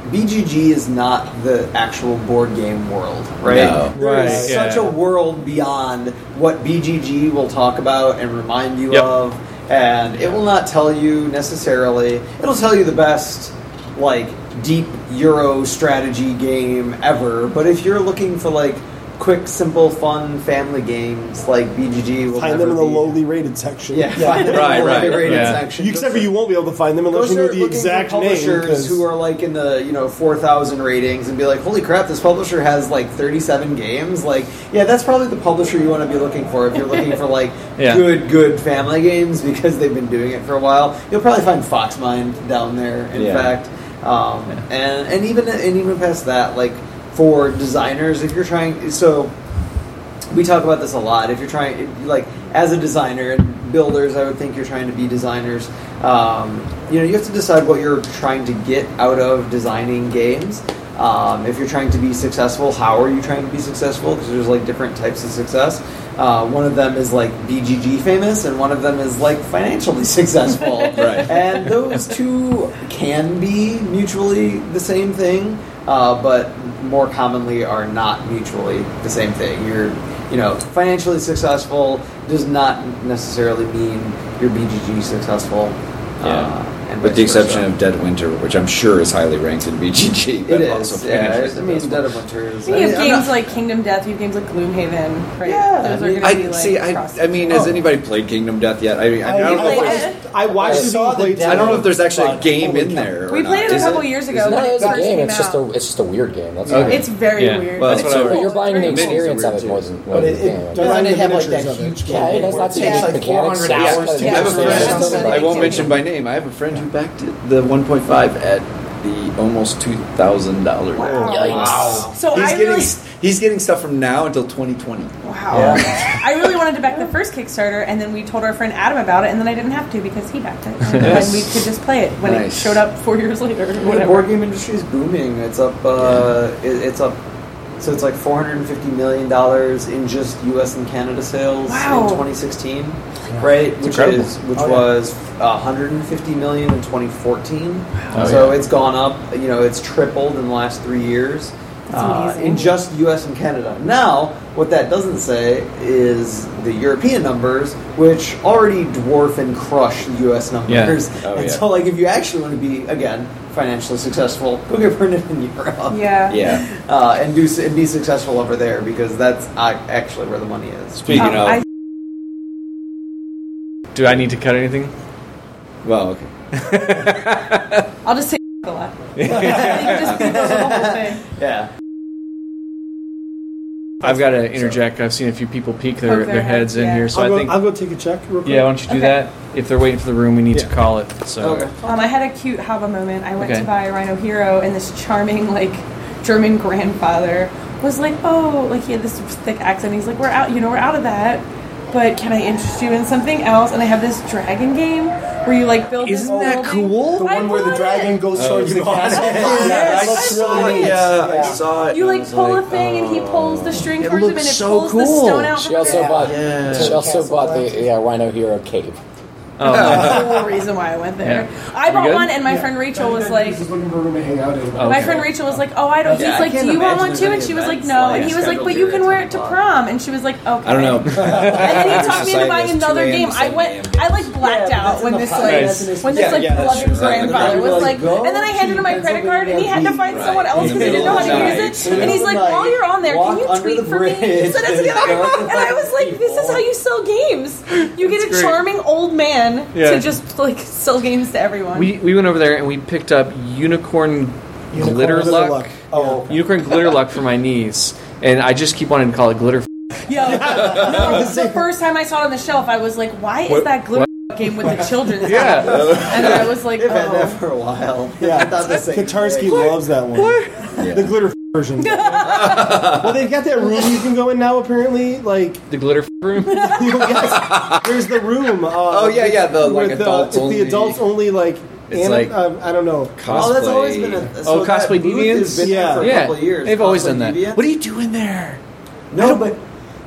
Speaker 6: BGG is not the actual board game world, right?
Speaker 5: No.
Speaker 6: There
Speaker 4: Right,
Speaker 6: is such
Speaker 4: yeah.
Speaker 6: a world beyond what BGG will talk about and remind you
Speaker 4: Yep.
Speaker 6: of. And it will not tell you necessarily. It'll tell you the best, like, deep Euro strategy game ever. But if you're looking for, like, quick, simple, fun family games, like BGG will
Speaker 1: Find
Speaker 6: never
Speaker 1: them in the
Speaker 6: be-
Speaker 1: lowly rated section.
Speaker 6: Yeah, find them in
Speaker 5: Right,
Speaker 6: the
Speaker 5: right,
Speaker 6: lowly rated
Speaker 4: yeah.
Speaker 6: section.
Speaker 1: You, except for you won't be able to find them
Speaker 6: Go
Speaker 1: unless you know
Speaker 6: start
Speaker 1: the
Speaker 6: looking for
Speaker 1: exact name.
Speaker 6: publishers
Speaker 1: 'cause-
Speaker 6: who are like in the you know four thousand ratings and be like, holy crap, this publisher has like thirty seven games. Like, yeah, that's probably the publisher you want to be looking for if you're looking for like
Speaker 4: Yeah.
Speaker 6: good, good family games because they've been doing it for a while. You'll probably find Foxmind down there. In
Speaker 5: Yeah.
Speaker 6: fact, um, and and even and even past that, like for designers, if you're trying so we talk about this a lot. If you're trying, like, as a designer and builders, I would think you're trying to be designers. Um, you know, you have to decide what you're trying to get out of designing games. Um, if you're trying to be successful, how are you trying to be successful? Because there's like different types of success. Uh, one of them is like BGG famous, and one of them is like financially successful.
Speaker 5: Right.
Speaker 6: And those two can be mutually the same thing, uh, but more commonly are not mutually the same thing. You're, you know, financially successful does not necessarily mean you're BGG successful.
Speaker 5: Yeah.
Speaker 6: Uh, and
Speaker 5: With the
Speaker 6: vice versa.
Speaker 5: exception of Dead Winter, which I'm sure is highly ranked in BGG. but
Speaker 6: It is,
Speaker 5: also
Speaker 6: yeah.
Speaker 5: finished
Speaker 6: it's- I
Speaker 5: the
Speaker 6: mean,
Speaker 5: best
Speaker 6: Dead
Speaker 5: one.
Speaker 6: of Winter is.
Speaker 3: You have
Speaker 6: I mean, I'm
Speaker 3: games
Speaker 6: not-
Speaker 3: like Kingdom Death. You have games like Gloomhaven, right?
Speaker 6: Yeah,
Speaker 3: Those
Speaker 6: I
Speaker 3: are
Speaker 6: mean,
Speaker 3: gonna be
Speaker 5: I
Speaker 3: like
Speaker 5: see. I,
Speaker 3: cross-
Speaker 5: I mean, has anybody played Kingdom Death yet? I, mean, I, don't know.
Speaker 3: played
Speaker 5: If,
Speaker 3: it.
Speaker 1: I watched it
Speaker 7: saw
Speaker 1: being
Speaker 7: the
Speaker 1: played.
Speaker 7: demo.
Speaker 5: I don't know if there's actually a
Speaker 7: But
Speaker 5: game in
Speaker 7: holy cow.
Speaker 5: there. or
Speaker 3: we played
Speaker 5: not.
Speaker 3: it a
Speaker 5: Is
Speaker 3: couple years ago.
Speaker 2: No,
Speaker 3: when
Speaker 2: it's
Speaker 3: it
Speaker 2: a
Speaker 3: first
Speaker 2: game.
Speaker 3: came
Speaker 2: It's just
Speaker 3: out.
Speaker 2: a it's just a weird game. That's
Speaker 5: Okay.
Speaker 2: all.
Speaker 3: It's very
Speaker 4: Yeah.
Speaker 3: weird.
Speaker 5: Well,
Speaker 3: but
Speaker 5: that's
Speaker 3: it's
Speaker 5: what I-
Speaker 3: cool.
Speaker 2: You're buying an
Speaker 3: Very cool.
Speaker 2: experience
Speaker 5: weird
Speaker 2: of it
Speaker 5: too.
Speaker 2: more than more
Speaker 7: But
Speaker 2: than
Speaker 7: it,
Speaker 2: the game.
Speaker 7: it doesn't
Speaker 1: Yeah.
Speaker 7: have like
Speaker 1: Yeah.
Speaker 7: that huge
Speaker 2: Yeah, it has
Speaker 7: campaign where
Speaker 2: lots
Speaker 7: it
Speaker 2: of
Speaker 7: takes like
Speaker 2: mechanics,
Speaker 7: 400
Speaker 2: sounds
Speaker 7: hours to
Speaker 2: like
Speaker 5: I have a
Speaker 7: get through.
Speaker 5: friend.
Speaker 7: something.
Speaker 5: I won't mention by name. I have a friend who backed it, the 1.5 at the almost two thousand dollar.
Speaker 2: Yikes.
Speaker 3: So
Speaker 5: He's
Speaker 3: I
Speaker 5: getting
Speaker 3: really,
Speaker 5: he's getting stuff from now until 2020.
Speaker 3: wow. I really wanted to back the first Kickstarter, and then we told our friend Adam about it, and then I didn't have to because he backed it, and then we could just play it when
Speaker 5: Nice.
Speaker 3: it showed up four years later. Or
Speaker 6: The
Speaker 3: whatever.
Speaker 6: board game industry is booming. It's up. Uh, it, it's up. So it's like 450 million dollars in just U.S. and Canada sales
Speaker 3: Wow.
Speaker 6: in 2016, right? Which
Speaker 5: incredible.
Speaker 6: is which
Speaker 7: Oh, yeah.
Speaker 6: was 150 million in 2014.
Speaker 5: Oh,
Speaker 6: so
Speaker 5: yeah.
Speaker 6: it's gone up. You know, it's tripled in the last three years.
Speaker 3: That's
Speaker 6: uh,
Speaker 3: amazing.
Speaker 6: in just U.S. and Canada. Now, what that doesn't say is the European numbers, which already dwarf and crush the U.S. numbers.
Speaker 5: Oh,
Speaker 6: and
Speaker 5: yeah.
Speaker 6: so, like, if you actually want to be again financially successful, go get printed in Europe.
Speaker 3: Yeah. Um,
Speaker 5: Yeah.
Speaker 6: Uh, and do and be successful over there because that's uh, actually where the money is.
Speaker 5: Speaking
Speaker 3: Um,
Speaker 5: of,
Speaker 3: I-
Speaker 4: Do I need to cut anything?
Speaker 5: well, okay.
Speaker 3: I'll just say a lot. You can just beep over the whole thing.
Speaker 6: Yeah.
Speaker 4: I've got to interject. I've seen a few people peek their,
Speaker 3: Poke
Speaker 4: their,
Speaker 3: their
Speaker 4: heads
Speaker 3: head,
Speaker 4: in
Speaker 3: yeah.
Speaker 4: here, so
Speaker 1: I'll,
Speaker 4: I
Speaker 1: go,
Speaker 4: think.
Speaker 1: I'll go take a check real quick.
Speaker 4: yeah, why don't you do
Speaker 3: Okay.
Speaker 4: that? If they're waiting for the room, we need to
Speaker 1: Yeah.
Speaker 4: call it. So
Speaker 6: Okay.
Speaker 3: Um, I had a cute Hava moment. I went
Speaker 4: Okay.
Speaker 3: to buy Rhino Hero, and this charming, like, German grandfather was like, "Oh, like he had this thick accent. He's like, we're out, you know, we're out of that." But can I interest you in something else? And I have this dragon game where you like build. this
Speaker 4: Isn't that
Speaker 3: building.
Speaker 4: cool?
Speaker 7: The
Speaker 3: I
Speaker 7: one where the
Speaker 3: bought
Speaker 7: dragon
Speaker 3: it.
Speaker 7: goes towards the castle.
Speaker 3: Yes, I
Speaker 7: that's
Speaker 3: saw
Speaker 7: really
Speaker 3: it.
Speaker 7: neat.
Speaker 5: Yeah, I
Speaker 7: Yeah.
Speaker 5: saw it.
Speaker 3: You
Speaker 5: and I
Speaker 3: like
Speaker 5: was
Speaker 3: pull a thing, and he pulls the string towards him, and
Speaker 4: looks
Speaker 3: it
Speaker 4: so
Speaker 3: pulls the
Speaker 4: cool.
Speaker 3: stone out.
Speaker 2: She
Speaker 3: from
Speaker 2: also
Speaker 3: him.
Speaker 2: bought
Speaker 5: Yeah.
Speaker 2: she also
Speaker 7: Castle
Speaker 2: bought the
Speaker 7: Black.
Speaker 2: yeah Rhino Hero cave.
Speaker 4: Um, uh,
Speaker 3: That's the whole reason why I went there.
Speaker 4: Yeah.
Speaker 3: I
Speaker 4: You
Speaker 3: bought
Speaker 4: good?
Speaker 3: one, and my friend Rachel was like,
Speaker 1: just looking for a room to hang out in.
Speaker 4: Oh.
Speaker 3: My
Speaker 4: Okay.
Speaker 3: friend Rachel was like, "Oh, I don't."
Speaker 6: Yeah,
Speaker 3: He's
Speaker 6: I
Speaker 3: like,
Speaker 6: can't
Speaker 3: "Do you want
Speaker 6: imagine
Speaker 3: one too?" And
Speaker 6: there's
Speaker 3: she was like,
Speaker 6: events
Speaker 3: "No."
Speaker 6: like
Speaker 3: And he was like,
Speaker 6: scheduled
Speaker 3: "But you
Speaker 6: here
Speaker 3: can
Speaker 6: at
Speaker 3: wear
Speaker 6: 10
Speaker 3: it to
Speaker 6: o'clock.
Speaker 3: prom." And she was like, "Okay."
Speaker 5: I don't know.
Speaker 3: And then he talked me into
Speaker 5: Society
Speaker 3: buying
Speaker 5: is 2
Speaker 3: another
Speaker 5: a.m.
Speaker 3: game. I went,
Speaker 5: Sunday.
Speaker 3: I like blacked
Speaker 7: Yeah, but
Speaker 3: out
Speaker 7: that's
Speaker 3: when
Speaker 7: in
Speaker 3: this
Speaker 7: the
Speaker 3: like
Speaker 4: Nice.
Speaker 3: when this
Speaker 5: Yeah,
Speaker 3: like
Speaker 5: yeah, that's
Speaker 3: loving
Speaker 5: true. Exactly.
Speaker 3: grandfather
Speaker 5: You're
Speaker 3: was
Speaker 6: like,
Speaker 3: like,
Speaker 6: go
Speaker 3: and then I handed him my
Speaker 6: cheap.
Speaker 3: credit card, and he had to find
Speaker 5: Right.
Speaker 3: someone else because he didn't know how to use it.
Speaker 6: Right.
Speaker 3: And he's like, "While you're on there, can
Speaker 6: Walk
Speaker 3: you
Speaker 6: under
Speaker 3: tweet
Speaker 6: the
Speaker 3: for me?"
Speaker 6: bridge
Speaker 3: So that's
Speaker 6: and
Speaker 3: the other-
Speaker 6: go to
Speaker 3: And I was like, "This is
Speaker 6: people.
Speaker 3: how you sell games. You get a
Speaker 4: great.
Speaker 3: charming old man
Speaker 4: Yeah.
Speaker 3: to just like sell games to everyone."
Speaker 4: we, we went over there and we picked up unicorn,
Speaker 7: Unicorn
Speaker 4: glitter
Speaker 1: Glitter
Speaker 4: luck.
Speaker 1: Luck.
Speaker 7: Oh,
Speaker 4: Unicorn glitter luck for my niece, and I just keep wanting to call it glitter.
Speaker 3: Yo, no, the first time I saw it on the shelf, I was like, why is
Speaker 4: What-
Speaker 3: that glitter game with the children?
Speaker 4: Yeah,
Speaker 3: And I was like,
Speaker 6: They've had that
Speaker 3: oh.
Speaker 6: for a while.
Speaker 1: Yeah.
Speaker 6: I thought the same
Speaker 1: Katarsky
Speaker 6: thing.
Speaker 1: loves that one. The glitter f- version. well, they've got that room you can go in now. Apparently, like
Speaker 4: the glitter room.
Speaker 1: yes, there's the room. Uh,
Speaker 5: Oh, yeah, yeah, the, like,
Speaker 1: with
Speaker 5: adults
Speaker 1: it's
Speaker 5: only-
Speaker 1: the adults only like.
Speaker 5: It's
Speaker 1: anim-
Speaker 5: like-
Speaker 1: um, I don't know.
Speaker 5: Cosplay.
Speaker 6: Oh, that's always been a so
Speaker 4: Oh, cosplay
Speaker 6: that booth has
Speaker 4: deviants?
Speaker 6: been there for a
Speaker 4: yeah,
Speaker 6: couple of years.
Speaker 4: they've always
Speaker 6: Cosplay
Speaker 4: done that.
Speaker 6: deviants?
Speaker 4: What are you doing there?
Speaker 6: No, but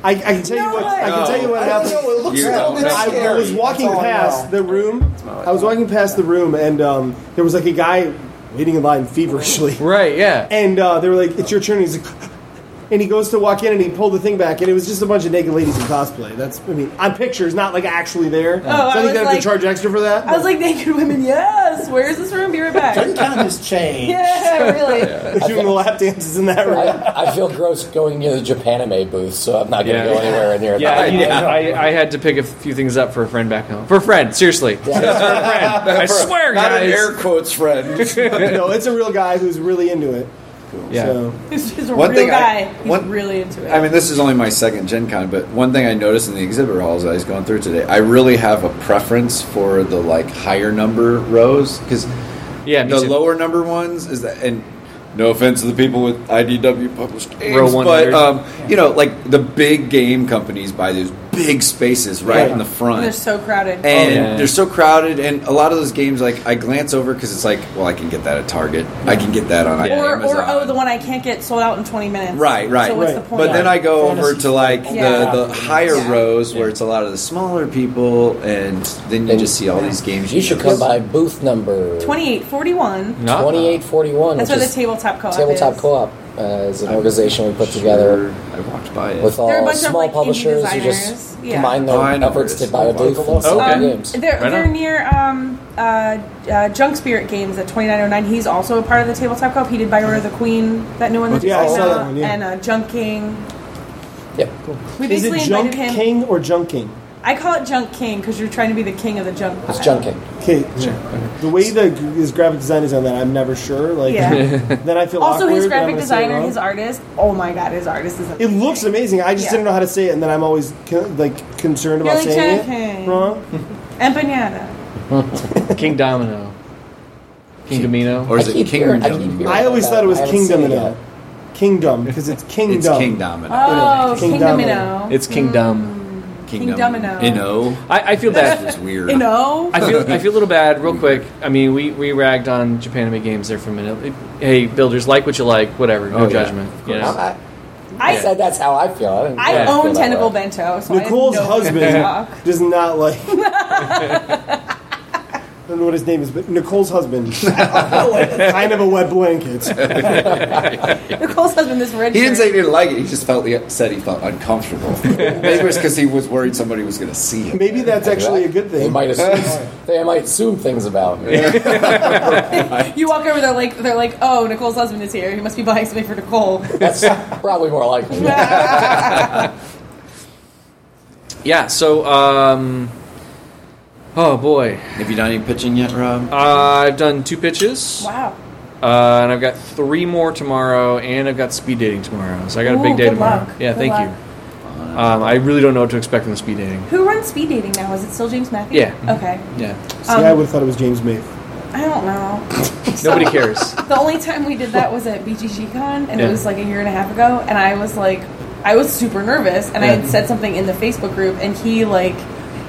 Speaker 1: I, I can tell you
Speaker 3: No
Speaker 1: what I
Speaker 5: way.
Speaker 1: can tell you what
Speaker 7: I don't know.
Speaker 1: happened.
Speaker 7: It looks
Speaker 5: You
Speaker 7: so
Speaker 5: don't.
Speaker 7: damn
Speaker 1: I
Speaker 7: scary.
Speaker 1: was walking
Speaker 7: That's all I
Speaker 1: past
Speaker 7: know.
Speaker 1: the room. I was walking past the room, and um, there was like a guy waiting in line feverishly.
Speaker 4: Right, yeah.
Speaker 1: And uh, they were like, "It's your turn." He's like, and he goes to walk in, and he pulled the thing back, and it was just a bunch of naked ladies in cosplay. That's, I mean, on pictures, not like actually there. so
Speaker 3: Oh, I
Speaker 1: I think
Speaker 3: was
Speaker 1: they have
Speaker 3: like-
Speaker 1: to charge extra for that.
Speaker 3: I was like, naked women, yes. Where is this room? Be right
Speaker 7: Doesn't
Speaker 3: back.
Speaker 7: count as change.
Speaker 3: Yeah, really.
Speaker 1: they're doing the lap dances in that room.
Speaker 2: I, I feel gross going near the Japanime booth, so I'm not going
Speaker 4: Yeah.
Speaker 2: to go anywhere near
Speaker 4: Yeah,
Speaker 2: that.
Speaker 4: you know, I, I had to pick a few things up for a friend back home. For a friend, seriously. Just for a friend. I swear,
Speaker 5: Not an
Speaker 4: guys.
Speaker 5: air quotes friend.
Speaker 1: no, it's a real guy who's really into it.
Speaker 4: yeah.
Speaker 1: So
Speaker 3: He's just a
Speaker 5: One
Speaker 3: real
Speaker 5: thing I-
Speaker 3: guy. He's
Speaker 5: one-
Speaker 3: really into it.
Speaker 5: I mean, this is only my second Gen Con, but one thing I noticed in the exhibit halls I was going through today, I really have a preference for the like higher number rows because
Speaker 4: yeah, me
Speaker 5: the
Speaker 4: too.
Speaker 5: lower number ones is that and. No offense to the people with IDW published games,
Speaker 4: Row
Speaker 5: but
Speaker 4: 100.
Speaker 5: um, you know, like the big game companies buy those big spaces right
Speaker 1: Yeah.
Speaker 5: in the front.
Speaker 3: They're so crowded.
Speaker 5: and
Speaker 4: Oh, Yeah.
Speaker 5: they're so crowded and a lot of those games like i glance over because it's like well i can get that at target i can get that on
Speaker 3: or,
Speaker 5: Amazon.
Speaker 3: or, oh, the one I can't get sold out in 20 minutes.
Speaker 5: right right
Speaker 3: So what's
Speaker 1: right.
Speaker 3: the point?
Speaker 5: but then i go over
Speaker 7: Fantasy
Speaker 5: to like
Speaker 3: Yeah.
Speaker 5: the, the higher
Speaker 3: Yeah.
Speaker 5: rows where it's a lot of the smaller people and then you
Speaker 2: And-
Speaker 5: just see all these games
Speaker 2: You should come by booth number
Speaker 3: 2841.
Speaker 4: Not-
Speaker 2: 2841,
Speaker 3: That's
Speaker 2: which
Speaker 3: where the
Speaker 2: is
Speaker 3: tabletop co-op
Speaker 2: tabletop
Speaker 3: is.
Speaker 2: co-op. uh, is an organization we put together
Speaker 5: I walked by it.
Speaker 2: with
Speaker 3: There are a
Speaker 2: all
Speaker 3: bunch of,
Speaker 2: small
Speaker 3: like, indie
Speaker 2: publishers who
Speaker 3: designers.
Speaker 2: just
Speaker 3: Yeah.
Speaker 2: combine
Speaker 5: Oh, I
Speaker 2: their
Speaker 5: know
Speaker 2: efforts
Speaker 5: where
Speaker 2: to
Speaker 5: it
Speaker 2: buy a
Speaker 5: is.
Speaker 2: booth
Speaker 5: Okay.
Speaker 2: and sell
Speaker 4: Okay.
Speaker 2: games.
Speaker 3: Um, They're,
Speaker 4: Right
Speaker 3: they're
Speaker 4: on.
Speaker 3: near um, uh, uh, Junk Spirit Games at 2909. He's also a part of the Tabletop Cup. He did Byron of the Queen, that new one that
Speaker 1: Oh, Yeah, I
Speaker 3: just came
Speaker 1: saw that
Speaker 3: out,
Speaker 1: one, yeah.
Speaker 3: and uh, Junk King.
Speaker 2: Yep.
Speaker 3: We
Speaker 1: Is
Speaker 3: basically
Speaker 1: it Junk
Speaker 3: invited him.
Speaker 1: King or Junking?
Speaker 3: I call it Junk King because you're trying to be the king of the junk.
Speaker 2: It's
Speaker 3: pile.
Speaker 2: junking.
Speaker 1: Okay, the way the his graphic design is on that, I'm never sure. Like,
Speaker 3: Yeah.
Speaker 1: then I feel
Speaker 3: Also,
Speaker 1: awkward,
Speaker 3: his
Speaker 1: that I'm
Speaker 3: graphic
Speaker 1: gonna say it
Speaker 3: designer,
Speaker 1: wrong.
Speaker 3: his artist. Oh my god, his artist is.
Speaker 1: It looks amazing. I just
Speaker 3: Yeah.
Speaker 1: didn't know how to say it, and then I'm always con- like concerned about
Speaker 3: You're like,
Speaker 1: saying
Speaker 3: "Okay."
Speaker 1: it wrong.
Speaker 3: Empanada.
Speaker 4: King Domino. King Domino.
Speaker 5: or is
Speaker 2: I
Speaker 5: it
Speaker 2: keep
Speaker 5: Kingdom?
Speaker 2: hearing- I keep hearing
Speaker 1: I always
Speaker 2: about
Speaker 1: thought it was
Speaker 2: I haven't
Speaker 1: Kingdom
Speaker 2: seen it
Speaker 1: Domino.
Speaker 2: yet.
Speaker 1: Kingdom because it's Kingdom.
Speaker 5: It's King Domino.
Speaker 3: Oh,
Speaker 1: King
Speaker 3: King,
Speaker 1: Domino.
Speaker 3: Domino.
Speaker 4: it's King Dom.
Speaker 3: King Domino.
Speaker 5: You know,
Speaker 4: Mm. I, I feel
Speaker 5: that
Speaker 4: bad.
Speaker 5: was weird.
Speaker 3: You know.
Speaker 4: I feel I feel a little bad, real quick. I mean, we, we ragged on Japan anime games there for a minute. Hey, builders, like what you like, whatever, no
Speaker 5: Oh, yeah.
Speaker 4: judgment.
Speaker 5: Of
Speaker 4: You
Speaker 5: course.
Speaker 4: know?
Speaker 2: I, I
Speaker 3: I
Speaker 2: said that's how I feel. I, didn't
Speaker 3: I
Speaker 2: really feel
Speaker 3: own
Speaker 2: that
Speaker 3: Tentacle
Speaker 2: way.
Speaker 3: Bento. So
Speaker 1: Nicole's
Speaker 3: I have no way to talk.
Speaker 1: husband does not like. I don't know what his name is, but Nicole's husband. kind of a wet blanket.
Speaker 3: Nicole's husband is rich.
Speaker 5: He didn't say he didn't like it. He just felt he said he felt uncomfortable. Maybe it was because he was worried somebody was going to see him.
Speaker 1: Maybe that's actually a good
Speaker 2: They
Speaker 1: thing.
Speaker 2: might assume they might assume things about me.
Speaker 3: You walk over, they're like, they're like, oh, Nicole's husband is here. He must be buying something for Nicole.
Speaker 2: That's probably more likely.
Speaker 4: Yeah. So, um, oh boy,
Speaker 5: Have you done any pitching yet, Rob?
Speaker 4: uh, I've done two pitches,
Speaker 3: wow.
Speaker 4: uh, and I've got three more tomorrow, and I've got speed dating tomorrow. So I got a
Speaker 3: Ooh,
Speaker 4: big day
Speaker 3: good
Speaker 4: tomorrow.
Speaker 3: luck.
Speaker 4: Yeah.
Speaker 3: Good
Speaker 4: thank
Speaker 3: luck.
Speaker 4: you. Um, I really don't know what to expect from the speed dating.
Speaker 3: Who runs speed dating now? Is it still James Matthews?
Speaker 4: Yeah.
Speaker 3: Okay.
Speaker 4: Yeah.
Speaker 1: See, I would have thought it was James Maeve.
Speaker 3: I don't know.
Speaker 4: Nobody cares.
Speaker 3: The only time we did that was at BGG Con, and
Speaker 4: Yeah.
Speaker 3: it was like a year and a half ago. And I was like, I was super nervous, and I
Speaker 4: Yeah.
Speaker 3: had said something in the Facebook group, and he like,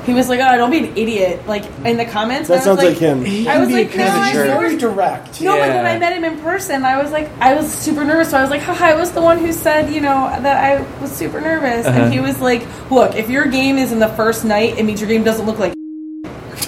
Speaker 3: he was like, "Oh, don't be an idiot!" Like in the comments.
Speaker 1: That
Speaker 3: and I
Speaker 1: sounds
Speaker 3: was
Speaker 1: like
Speaker 3: like
Speaker 1: him.
Speaker 3: I was like, no,
Speaker 1: kind of a
Speaker 3: I
Speaker 1: jerk.
Speaker 3: swear
Speaker 7: Very direct.
Speaker 3: No, but when
Speaker 4: Yeah.
Speaker 3: I met him in person, I was like, I was super nervous. So I was like, haha, I was the one who said, you know, that I was super nervous.
Speaker 4: Uh-huh.
Speaker 3: And he was like, look, if your game is in the first night, it means your game doesn't look like.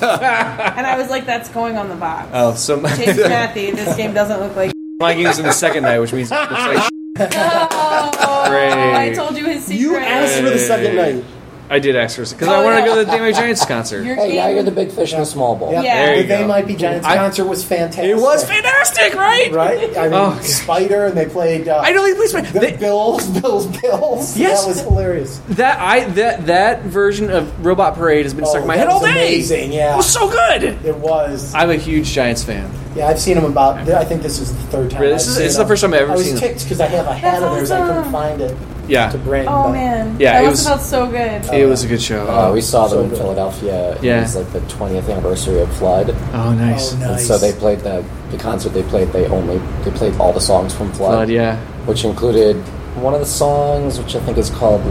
Speaker 3: and I was like, that's going on the box.
Speaker 4: Oh, so my,
Speaker 3: James Matthew, this game doesn't look like.
Speaker 4: my game's in the second night, which means it looks like
Speaker 3: Oh, I
Speaker 4: Great.
Speaker 3: told you his secret.
Speaker 1: You asked for the second night.
Speaker 4: I did ask her because
Speaker 3: Oh,
Speaker 4: I wanted
Speaker 3: yeah.
Speaker 4: to go to the Damage Giants concert.
Speaker 3: Your
Speaker 2: Hey, now
Speaker 3: game-
Speaker 2: you're the big fish in a small bowl.
Speaker 7: Yeah,
Speaker 3: Yeah. There
Speaker 7: the
Speaker 4: you
Speaker 7: They
Speaker 4: go.
Speaker 7: Might Be Giants
Speaker 4: I-
Speaker 7: concert was fantastic.
Speaker 4: it was fantastic, right?
Speaker 7: right. I mean,
Speaker 4: Oh, God.
Speaker 7: Spider, and they played. Uh,
Speaker 4: I don't think policeman.
Speaker 7: the Bills, Bills, Bills.
Speaker 4: Yes.
Speaker 7: that was hilarious.
Speaker 4: That I that that version of Robot Parade has been stuck in my
Speaker 7: Oh, that
Speaker 4: head all
Speaker 7: was
Speaker 4: day.
Speaker 7: Amazing,
Speaker 4: It
Speaker 7: yeah,
Speaker 4: was so good.
Speaker 7: it was.
Speaker 4: I'm a huge Giants fan.
Speaker 7: Yeah, I've seen them about. I think this is the third time.
Speaker 4: Really?
Speaker 7: I've
Speaker 4: This is-
Speaker 7: seen
Speaker 4: this is the
Speaker 7: them.
Speaker 4: first time I've ever
Speaker 7: I was
Speaker 4: seen them.
Speaker 7: ticked because I have a hat
Speaker 3: That's
Speaker 7: of theirs. I couldn't
Speaker 3: awesome.
Speaker 7: find it
Speaker 4: Yeah,
Speaker 7: to bring.
Speaker 3: Oh
Speaker 7: but-
Speaker 3: man,
Speaker 4: Yeah,
Speaker 3: that
Speaker 4: it
Speaker 3: must
Speaker 4: was-
Speaker 3: have felt so good.
Speaker 4: it was a good show.
Speaker 2: Uh, we saw them
Speaker 7: So
Speaker 2: in
Speaker 7: good.
Speaker 2: Philadelphia.
Speaker 4: Yeah.
Speaker 2: It was like the 20th anniversary of Flood.
Speaker 4: oh, nice.
Speaker 7: Oh, nice.
Speaker 2: And so they played the, the concert they played, they only they played all the songs from Flood.
Speaker 4: Blood, yeah.
Speaker 2: Which included one of the songs, which I think is called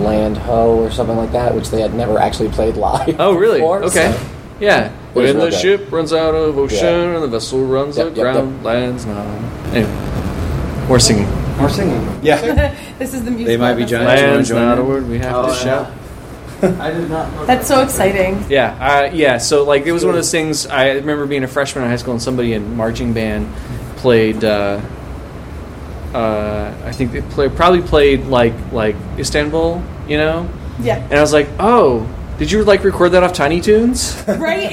Speaker 2: Land Ho or something like that, which they had never actually played live.
Speaker 4: Oh, really?
Speaker 2: before,
Speaker 4: okay.
Speaker 2: so-
Speaker 4: Yeah.
Speaker 2: was
Speaker 4: When
Speaker 2: real
Speaker 4: the
Speaker 2: good.
Speaker 4: ship runs out of ocean
Speaker 2: Yeah.
Speaker 4: and the vessel runs
Speaker 2: Yep, yep, yep.
Speaker 4: aground, lands now. Anyway, more singing.
Speaker 5: We're singing. Yeah.
Speaker 3: this is the music.
Speaker 5: They might be
Speaker 3: that's-
Speaker 5: giant. wanna
Speaker 4: Lands
Speaker 5: join
Speaker 4: not
Speaker 5: in?
Speaker 4: a word we have
Speaker 6: Oh,
Speaker 4: to
Speaker 6: yeah.
Speaker 4: shout.
Speaker 6: I did not. Know
Speaker 3: That's so exciting.
Speaker 4: Yeah, uh, yeah. So like it was one of those things. I remember being a freshman in high school, and somebody in marching band played. Uh, uh, I think they play, probably played like like Istanbul, you know.
Speaker 3: Yeah.
Speaker 4: And I was like, oh, did you like record that off Tiny Tunes?
Speaker 3: Right,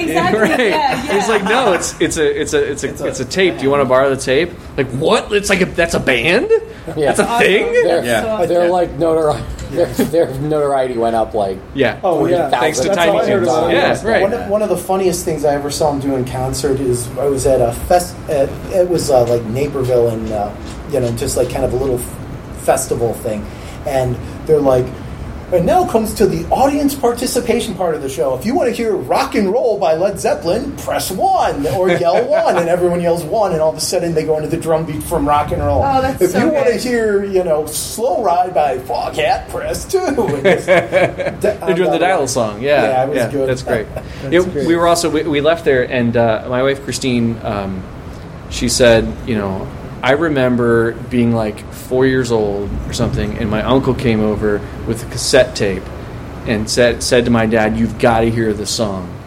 Speaker 3: exactly.
Speaker 4: right.
Speaker 3: Yeah, yeah.
Speaker 4: He's like, no, it's it's a it's a it's a it's a, tape. Do you want to borrow the tape? Like what? It's like a, that's a band.
Speaker 2: Yeah.
Speaker 4: That's a
Speaker 3: Awesome.
Speaker 4: thing.
Speaker 2: They're,
Speaker 5: Yeah.
Speaker 3: So-
Speaker 2: they're like notoriety. Their, their notoriety went up like
Speaker 4: Yeah.
Speaker 1: Oh yeah,
Speaker 4: Thanks to
Speaker 1: That's all
Speaker 4: Tiny
Speaker 1: I heard
Speaker 4: Tunes.
Speaker 1: about it.
Speaker 4: Yeah, right.
Speaker 7: One of, one of the funniest things I ever saw him do in concert is I was at a fest. At, it was uh, like Naperville, and uh, you know, just like kind of a little f- festival thing. And they're like, and now comes to the audience participation part of the show. If you want to hear "Rock and Roll" by Led Zeppelin, press one or yell one, and everyone yells one, and all of a sudden they go into the drum beat from "Rock and Roll."
Speaker 3: Oh, that's
Speaker 7: if
Speaker 3: so
Speaker 7: you want to
Speaker 3: good.
Speaker 7: hear, you know, "Slow Ride" by Foghat, press two. And just-
Speaker 4: They're doing the dial song. Yeah,
Speaker 7: Yeah, it was good.
Speaker 4: That's great.
Speaker 7: That's
Speaker 4: Yeah,
Speaker 7: great.
Speaker 4: We were also we, we left there, and uh, my wife Christine, um, she said, you know, I remember being like four years old or something, and my uncle came over with a cassette tape and said said to my dad, "You've got to hear this song."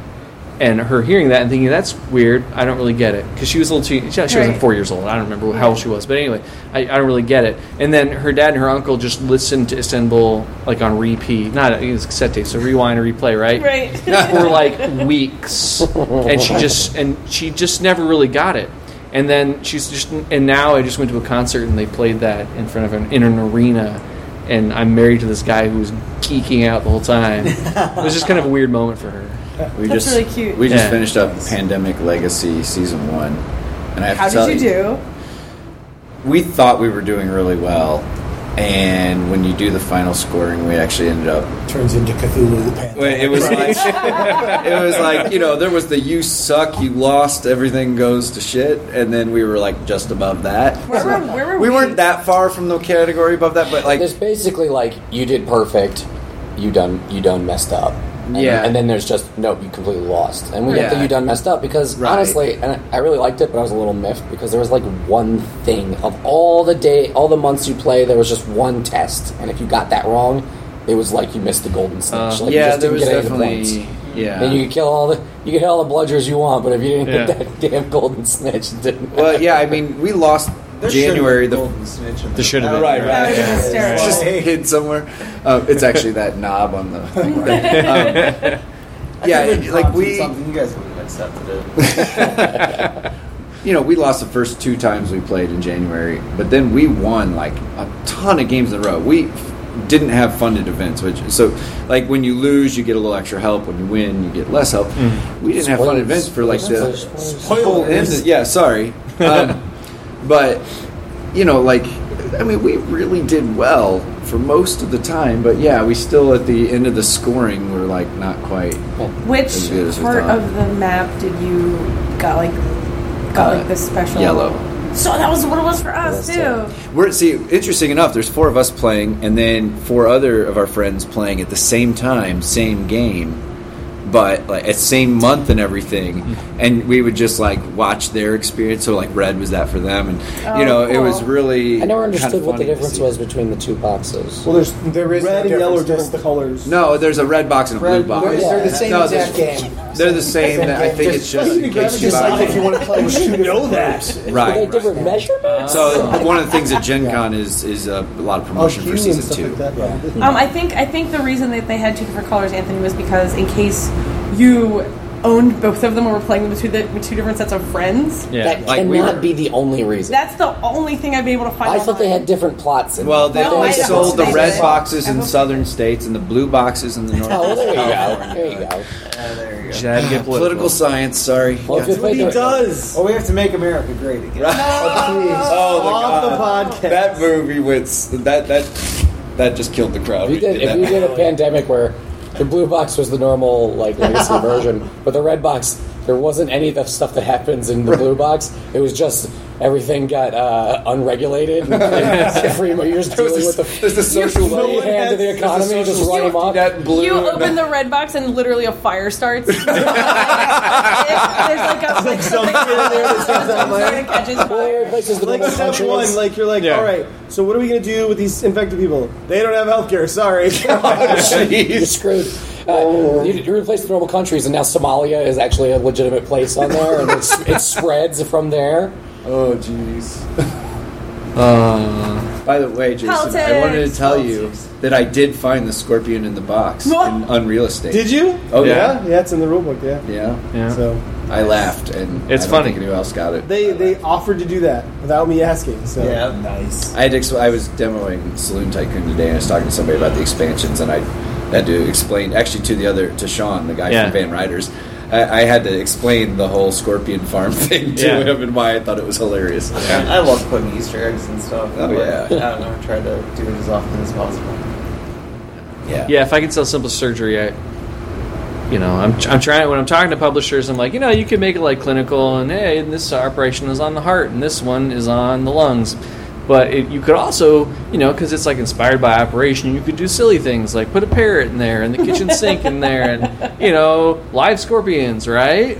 Speaker 4: and her hearing that and thinking that's weird. I don't really get it because she was a little too. She, she wasn't
Speaker 3: Right.
Speaker 4: four years old. I don't remember how old she was, but anyway, I, I don't really get it. And then her dad and her uncle just listened to Istanbul like on repeat, not it was cassette tape, so rewind and replay, right?
Speaker 3: Right.
Speaker 4: for like weeks, and she just and she just never really got it. And then she's just and now I just went to a concert and they played that in front of an in an arena, and I'm married to this guy who was geeking out the whole time. it was just kind of a weird moment for her.
Speaker 5: We
Speaker 3: That's
Speaker 5: just
Speaker 3: really cute.
Speaker 5: we just
Speaker 4: Yeah.
Speaker 5: finished up Pandemic Legacy season one, and I have
Speaker 3: How
Speaker 5: to tell
Speaker 3: did you do?
Speaker 5: We thought we were doing really well, and when you do the final scoring, we actually ended up
Speaker 7: turns into Cthulhu the Panther.
Speaker 5: Well, it was like it was like you know there was the you suck, you lost, everything goes to shit, and then we were like just above that.
Speaker 3: Where were, where were
Speaker 5: we
Speaker 3: we?
Speaker 5: weren't that far from the category above that, but like
Speaker 2: there's basically like you did perfect, you done you done messed up. And,
Speaker 5: Yeah.
Speaker 2: And then there's just no, you completely lost. And we got
Speaker 5: Yeah.
Speaker 2: the you done messed up because
Speaker 5: Right.
Speaker 2: honestly, and I really liked it, but I was a little miffed because there was like one thing of all the day, all the months you play, there was just one test, and if you got that wrong, it was like you missed the golden snitch. like you
Speaker 5: Uh, yeah,
Speaker 2: just
Speaker 5: there
Speaker 2: didn't
Speaker 5: was
Speaker 2: get any of the points.
Speaker 5: definitely yeah.
Speaker 2: Then you could kill all the you could hit all the bludgers you want, but if you didn't
Speaker 4: Yeah.
Speaker 2: get that damn golden snitch, it didn't.
Speaker 5: well, yeah, I mean we lost
Speaker 6: There should've
Speaker 5: January
Speaker 6: been
Speaker 5: the
Speaker 6: golden snitch in Oh,
Speaker 4: There should have been.
Speaker 5: Oh, right,
Speaker 3: That
Speaker 5: right.
Speaker 3: was
Speaker 5: yeah.
Speaker 3: hysterical.
Speaker 5: It's just hid somewhere. Um, it's actually that knob on the. Thing, right? Um,
Speaker 6: I
Speaker 5: yeah,
Speaker 6: could've
Speaker 5: like
Speaker 6: prompted
Speaker 5: we,
Speaker 6: something you guys would have accepted it.
Speaker 5: you know, we lost the first two times we played in January, but then we won like a ton of games in a row. We f- didn't have funded events, which so like when you lose, you get a little extra help. When you win, you get less help. We didn't have funded
Speaker 2: Spoilers.
Speaker 5: events for like the
Speaker 2: Spoilers.
Speaker 5: whole end- Yeah, sorry, um, but you know, like I mean, we really did well for most of the time, but yeah, we still at the end of the scoring, we're like not quite. As good
Speaker 3: Which
Speaker 5: as we
Speaker 3: part
Speaker 5: thought.
Speaker 3: of the map did you got like got
Speaker 5: Uh,
Speaker 3: like the special
Speaker 5: yellow.
Speaker 3: So that was what it was for us
Speaker 2: That's
Speaker 3: too.
Speaker 2: it.
Speaker 5: We're see, interesting enough, there's four of us playing, and then four other of our friends playing at the same time, same game, but like at same month and everything. And we would just like watch their experience. So like red was that for them, and
Speaker 3: Oh,
Speaker 5: you know it
Speaker 3: cool.
Speaker 5: was really.
Speaker 2: I never
Speaker 5: kind of
Speaker 2: understood what the
Speaker 5: funny to
Speaker 2: difference
Speaker 5: see.
Speaker 2: was between the two boxes.
Speaker 7: well, there's there is
Speaker 1: Red
Speaker 7: no
Speaker 1: and yellow are
Speaker 7: difference.
Speaker 1: just the colors.
Speaker 5: No, there's a red box and a blue
Speaker 6: Red-
Speaker 5: box.
Speaker 7: They're- They're the same
Speaker 5: No, there's-
Speaker 7: exact game.
Speaker 5: They're the same.
Speaker 7: Same
Speaker 5: I
Speaker 7: game,
Speaker 5: think
Speaker 7: just-
Speaker 5: it's just in
Speaker 7: It's
Speaker 5: case you
Speaker 7: just
Speaker 5: buy
Speaker 7: like if
Speaker 5: it.
Speaker 7: you want to play with two know that.
Speaker 2: Are they
Speaker 5: Right.
Speaker 2: different measurements?
Speaker 5: So one of the things at Gen Con is is uh, a lot of
Speaker 1: Oh,
Speaker 5: promotion
Speaker 1: Q
Speaker 5: for
Speaker 1: and
Speaker 5: season
Speaker 1: stuff
Speaker 5: two.
Speaker 1: like that.
Speaker 7: Yeah.
Speaker 3: Um, I think I think the reason that they had two different colors, Anthony, was because in case you owned both of them or were playing them with two, with two different sets of friends.
Speaker 4: Yeah.
Speaker 2: That
Speaker 5: Like we
Speaker 2: cannot
Speaker 5: were-
Speaker 2: be the only reason.
Speaker 3: That's the only thing I've been able to find.
Speaker 2: I thought they had different plots. In
Speaker 5: Well, they
Speaker 3: No,
Speaker 5: only
Speaker 3: I don't
Speaker 5: sold the
Speaker 3: think
Speaker 5: red
Speaker 3: so.
Speaker 5: boxes in
Speaker 3: I don't-
Speaker 5: southern states and the blue boxes in the north.
Speaker 2: oh, well, there you go. There you go.
Speaker 6: Uh, there you go.
Speaker 4: She had to get
Speaker 5: Political science, sorry.
Speaker 2: Well, if you
Speaker 1: What
Speaker 2: play
Speaker 1: he
Speaker 2: the-
Speaker 1: does.
Speaker 6: Oh, we have to make America great again.
Speaker 5: Oh, the
Speaker 1: Off the podcast.
Speaker 5: That movie was that that that just killed the crowd.
Speaker 2: If you did, if you did a pandemic where the blue box was the normal like legacy version, but the red box there wasn't any of the stuff that happens in the blue box. It was just everything got uh, unregulated. And free, you're just dealing with the
Speaker 5: there's the social
Speaker 2: free
Speaker 5: one.
Speaker 2: hand of the economy, just run them up.
Speaker 5: That blue.
Speaker 3: You uh, open the red box and literally a fire starts. there's like a like something that catches
Speaker 2: Blair
Speaker 3: fire.
Speaker 2: replaces the
Speaker 1: Like
Speaker 2: normal
Speaker 1: step
Speaker 2: countries.
Speaker 1: one, like you're like,
Speaker 4: Yeah.
Speaker 1: all right. So what are we gonna do with these infected people? They don't have healthcare. Sorry.
Speaker 2: You're screwed. Uh,
Speaker 4: Oh.
Speaker 2: you, you replace the normal countries, and now Somalia is actually a legitimate place on there, and it's, it spreads from there.
Speaker 5: Oh, jeez.
Speaker 4: Uh,
Speaker 5: By the way, Jason, I wanted to
Speaker 3: Politics.
Speaker 5: tell you that I did find the scorpion in the box
Speaker 3: What?
Speaker 5: in Unreal Estate.
Speaker 1: Did you?
Speaker 5: Oh yeah.
Speaker 1: Yeah, yeah. It's in the rulebook. Yeah.
Speaker 5: Yeah.
Speaker 4: Yeah.
Speaker 1: So
Speaker 5: I laughed, and
Speaker 4: It's
Speaker 5: I don't
Speaker 4: funny.
Speaker 5: Think anyone else got it?
Speaker 1: they they offered to do that without me asking. So
Speaker 6: Yeah.
Speaker 1: nice.
Speaker 5: I had to expl- I was demoing Saloon Tycoon today, and I was talking to somebody about the expansions, and I had to explain actually to the other to Sean, the guy
Speaker 4: Yeah.
Speaker 5: from Van Riders. I, I had to explain the whole Scorpion Farm thing to
Speaker 4: Yeah.
Speaker 5: him and why I thought it was hilarious.
Speaker 6: I love putting Easter eggs and stuff.
Speaker 5: Oh,
Speaker 6: but
Speaker 5: yeah.
Speaker 6: I don't know. Try to do it as often as possible.
Speaker 5: Yeah,
Speaker 4: Yeah, if I can sell simple surgery, I, you know, I'm, I'm trying. When I'm talking to publishers, I'm like, you know, you can make it like clinical, and hey, and this operation is on the heart, and this one is on the lungs. But it, you could also, you know, because it's like inspired by Operation, you could do silly things like put a parrot in there and the kitchen sink in there and, you know, live scorpions, right?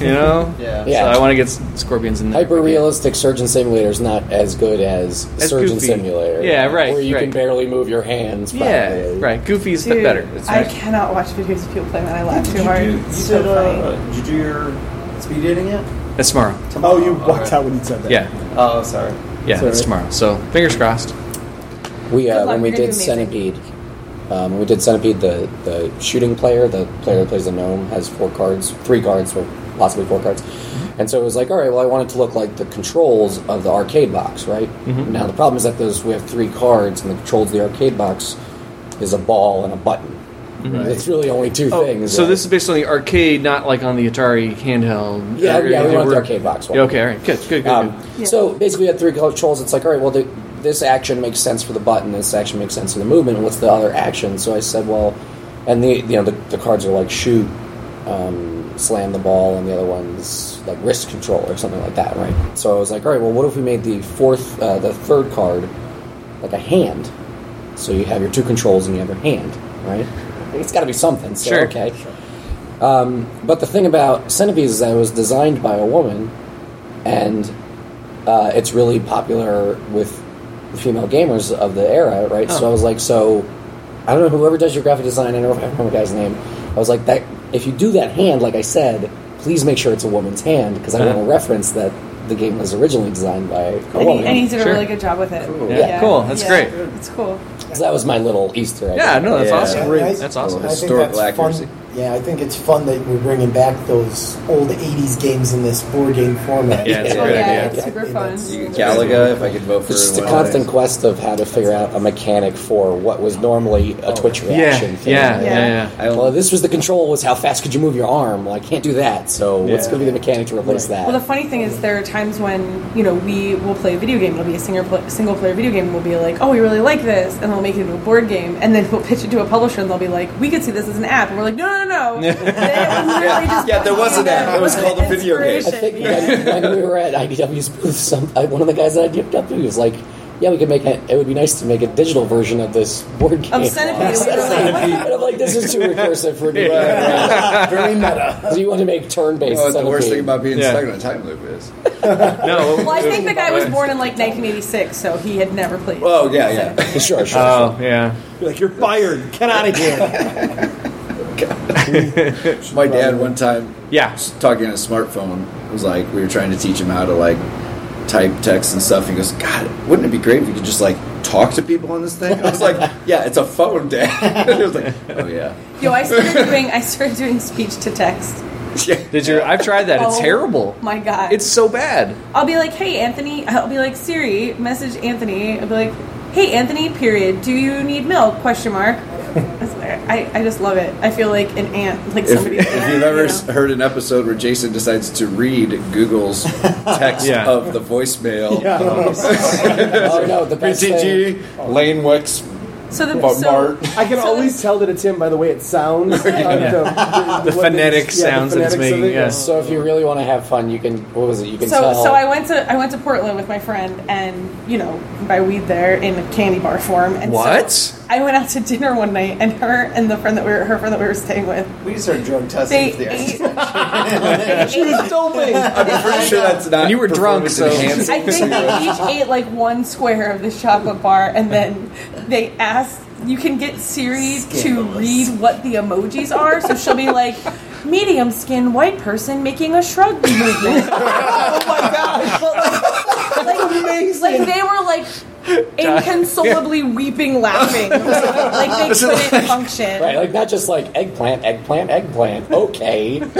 Speaker 4: You know?
Speaker 6: Yeah.
Speaker 4: So
Speaker 2: Yeah.
Speaker 4: I want to get s- scorpions in there.
Speaker 2: Hyper realistic Surgeon Simulator is not as good as,
Speaker 4: As
Speaker 2: Surgeon
Speaker 4: Goofy.
Speaker 2: Simulator.
Speaker 4: Yeah, right,
Speaker 2: Where you
Speaker 4: right.
Speaker 2: can barely move your hands.
Speaker 4: Yeah,
Speaker 2: properly.
Speaker 4: right. Goofy's
Speaker 3: Dude,
Speaker 4: better. It's
Speaker 3: I
Speaker 4: right.
Speaker 3: cannot watch videos of people playing that. I laugh too hard.
Speaker 6: Did you, do- you
Speaker 3: It's so
Speaker 6: said,
Speaker 3: funny.
Speaker 6: uh, did you do your speed dating yet?
Speaker 4: That's tomorrow.
Speaker 1: Oh, you
Speaker 6: All
Speaker 1: walked
Speaker 6: right.
Speaker 1: out when you said that.
Speaker 4: Yeah,
Speaker 6: Oh, sorry.
Speaker 4: yeah,
Speaker 1: Sorry.
Speaker 4: it's tomorrow. So fingers crossed.
Speaker 2: We
Speaker 3: Good
Speaker 2: uh,
Speaker 3: luck,
Speaker 2: when we
Speaker 3: you're gonna
Speaker 2: did
Speaker 3: do amazing.
Speaker 2: Centipede, um, when we did Centipede. The the shooting player, the player that plays the gnome, has four cards, three cards, or possibly four cards.
Speaker 4: Mm-hmm.
Speaker 2: And so it was like, all right, well, I want it to look like the controls of the arcade box, right?
Speaker 4: Mm-hmm.
Speaker 2: Now the problem is that those we have three cards, and the controls of the arcade box is a ball and a button. It's really only two things.
Speaker 4: Mm-hmm. Oh, so
Speaker 2: right?
Speaker 4: this is based on the arcade, not like on the Atari handheld.
Speaker 2: Yeah,
Speaker 4: Or-
Speaker 2: yeah, we
Speaker 4: or-
Speaker 2: want the arcade box one.
Speaker 4: Yeah, okay, all right, good, good, good.
Speaker 2: Um,
Speaker 4: good.
Speaker 3: Yeah.
Speaker 2: So basically, you had three controls. It's like, all right, well, the, this action makes sense for the button. This action makes sense for the movement. What's the other action? So I said, well, and the you know the, the cards are like shoot, um, slam the ball, and the other one's like wrist control or something like that, right? So I was like, all right, well, what if we made the fourth, uh, the third card, like a hand? So you have your two controls and you have your hand, right? It's got to be something. So,
Speaker 4: Sure.
Speaker 2: Okay. Um, but the thing about Centipede is that it was designed by a woman, and uh, it's really popular with the female gamers of the era, right?
Speaker 4: Oh.
Speaker 2: So I was like, so I don't know whoever does your graphic design. I don't know if I remember the guy's name. I was like, that if you do that hand, like I said, please make sure it's a woman's hand because I want
Speaker 4: Uh-huh.
Speaker 2: to reference that the game was originally designed by a
Speaker 3: and,
Speaker 2: woman.
Speaker 3: he, and he did a
Speaker 4: Sure.
Speaker 3: really good job with it.
Speaker 2: Yeah.
Speaker 4: Cool, that's great.
Speaker 3: It's cool.
Speaker 2: so that was my little Easter egg.
Speaker 4: Yeah, no, that's
Speaker 5: Yeah.
Speaker 4: awesome.
Speaker 7: I- I-
Speaker 4: That's
Speaker 7: I
Speaker 4: awesome.
Speaker 7: think
Speaker 5: Historical
Speaker 7: that's fun.
Speaker 5: accuracy.
Speaker 7: Yeah, I think it's fun that we're bringing back those old '80s games in this board game format.
Speaker 4: Yeah, it's a
Speaker 3: Oh,
Speaker 4: great
Speaker 3: yeah,
Speaker 4: idea.
Speaker 3: it's super fun.
Speaker 5: You could Galaga, if I could vote for
Speaker 2: It's just a
Speaker 5: one of
Speaker 2: constant
Speaker 5: those.
Speaker 2: quest of how to figure out a mechanic for what was normally a twitch
Speaker 4: Oh, Yeah,
Speaker 2: reaction. thing.
Speaker 4: yeah, yeah,
Speaker 3: Yeah.
Speaker 4: yeah.
Speaker 5: I
Speaker 2: Well, this was the control was how fast could you move your arm? Well, I can't do that. So what's
Speaker 5: Yeah.
Speaker 2: going to be the mechanic to replace that?
Speaker 3: Well, the funny thing is, there are times when you know we will play a video game. It'll be a singer pl- single player video game. and We'll be like, "Oh, we really like this," and they'll make it into a board game, and then we'll pitch it to a publisher, and they'll be like, "We could see this as an app," and we're like, "No, no, no!" no. They- it was literally just
Speaker 5: Yeah, there was an app. It was called a video game.
Speaker 2: I
Speaker 3: inspiration.
Speaker 2: think when, when we were at IDW's booth, some I, one of the guys at IDW was like, "Yeah, we could make it. It would be nice to make a digital version of this board game."
Speaker 3: Centipede, we
Speaker 2: That's
Speaker 3: were like,
Speaker 2: Centipede. and I'm like, "This is too recursive for me.
Speaker 7: Very meta.
Speaker 2: Do you want to make turn-based?"
Speaker 5: know what Oh, the worst thing
Speaker 2: Centipede?
Speaker 5: about being
Speaker 4: Yeah.
Speaker 5: stuck in a time loop is.
Speaker 4: No.
Speaker 3: Well, I think the guy was born in like 1986, so he had never played.
Speaker 5: Oh yeah, yeah.
Speaker 2: sure, sure.
Speaker 4: Oh yeah.
Speaker 1: You're like, you're fired. Get out of here.
Speaker 5: My dad one time
Speaker 4: Yeah.
Speaker 5: was talking on his smartphone was like we were trying to teach him how to like type text and stuff. He goes, God, wouldn't it be great if you could just like talk to people on this thing? I was like, Yeah, it's a phone, Dad. he was like, Oh yeah.
Speaker 3: Yo, I started doing I started doing speech to text.
Speaker 4: Did you? I've tried that. It's
Speaker 3: Oh,
Speaker 4: terrible.
Speaker 3: My God,
Speaker 4: It's so bad.
Speaker 3: I'll be like, hey, Anthony. I'll be like, Siri, message Anthony. I'll be like, hey, Anthony, period. Do you need milk? Question mark. That's hilarious. I, I just love it. I feel like an ant. Like
Speaker 5: If,
Speaker 3: somebody.
Speaker 5: if you've ever
Speaker 3: you
Speaker 5: s
Speaker 3: know.
Speaker 5: heard an episode where Jason decides to read Google's text
Speaker 4: Yeah.
Speaker 5: of the voicemail,
Speaker 2: oh no, the best thing.
Speaker 5: BTG, Lane Wicks,
Speaker 3: So the
Speaker 5: Mart.
Speaker 3: so,
Speaker 1: I can
Speaker 3: So
Speaker 1: always
Speaker 3: the-
Speaker 1: tell that it's him by the way it sounds. Uh,
Speaker 4: The
Speaker 1: what it is-
Speaker 4: phonetic
Speaker 1: yeah, the
Speaker 4: sounds that it's
Speaker 1: phonetics of
Speaker 4: making.
Speaker 1: it, yeah.
Speaker 4: Yes.
Speaker 2: So if you really want to have fun, you can. What was it? You can
Speaker 3: So,
Speaker 2: tell.
Speaker 3: so I went to I went to Portland with my friend, and you know, buy weed there in a candy bar form. And so
Speaker 4: What?
Speaker 3: I went out to dinner one night, and her and the friend that we were her friend that we were staying with,
Speaker 6: We just started drug
Speaker 3: they
Speaker 6: testing for
Speaker 3: ate.
Speaker 6: the
Speaker 3: she was
Speaker 5: I'm pretty sure that's not.
Speaker 4: And you were drunk,
Speaker 5: performance
Speaker 4: so-
Speaker 5: enhancing.
Speaker 3: I think they each ate like one square of the chocolate bar, and then they asked. You can get Siri to
Speaker 6: Scandalous.
Speaker 3: read what the emojis are, so she'll be like, "Medium skin white person making a shrug movement." oh my god! But like, like, like they were like inconsolably weeping, laughing, like they couldn't function.
Speaker 2: Right, like not just like eggplant, eggplant, eggplant. Okay, man.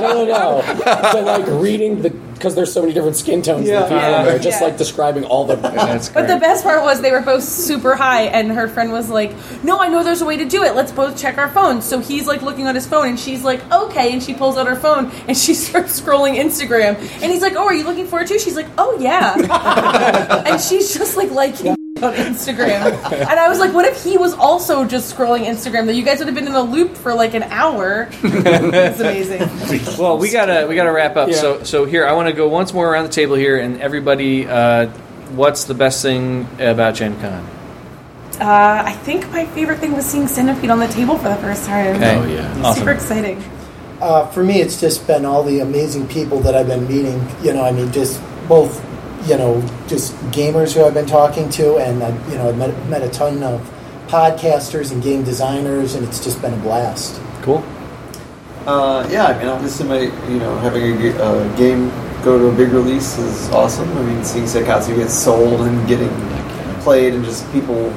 Speaker 2: no, no, no. But like reading the because there's so many different skin tones. Yeah, in the people,
Speaker 4: Yeah.
Speaker 2: and they're just
Speaker 3: Yeah.
Speaker 2: like describing all the.
Speaker 4: That's
Speaker 3: But
Speaker 4: great.
Speaker 3: the best part was they were both super high, and her friend was like, "No, I know there's a way to do it. Let's both check our phones." So he's like looking on his phone, and she's like, "Okay," and she pulls out her phone and she starts scrolling Instagram, and he's like, "Oh, are you looking for it too?" She's like, "Oh yeah," and she's just like liking. On Instagram, and I was like, "What if he was also just scrolling Instagram? That you guys would have been in a loop for like an hour." it's amazing.
Speaker 4: Well, we gotta we gotta wrap up. So so here I want to go once more around the table here, and everybody uh, what's the best thing about Gen Con?
Speaker 3: Uh, I think my favorite thing was seeing Centipede on the table for the first time.
Speaker 4: Okay.
Speaker 5: Oh, yeah.
Speaker 3: It's
Speaker 4: Awesome.
Speaker 3: Super exciting.
Speaker 7: Uh, for me, it's just been all the amazing people that I've been meeting. You know, I mean, just both, you know, just gamers who I've been talking to, and I, you know, I've met, met a ton of podcasters and game designers, and it's just been a blast.
Speaker 4: Cool.
Speaker 6: Uh, yeah, I mean, obviously, my you know having a g- uh, game go to a big release is awesome. I mean, seeing Sekatsu get sold and getting played, and just people.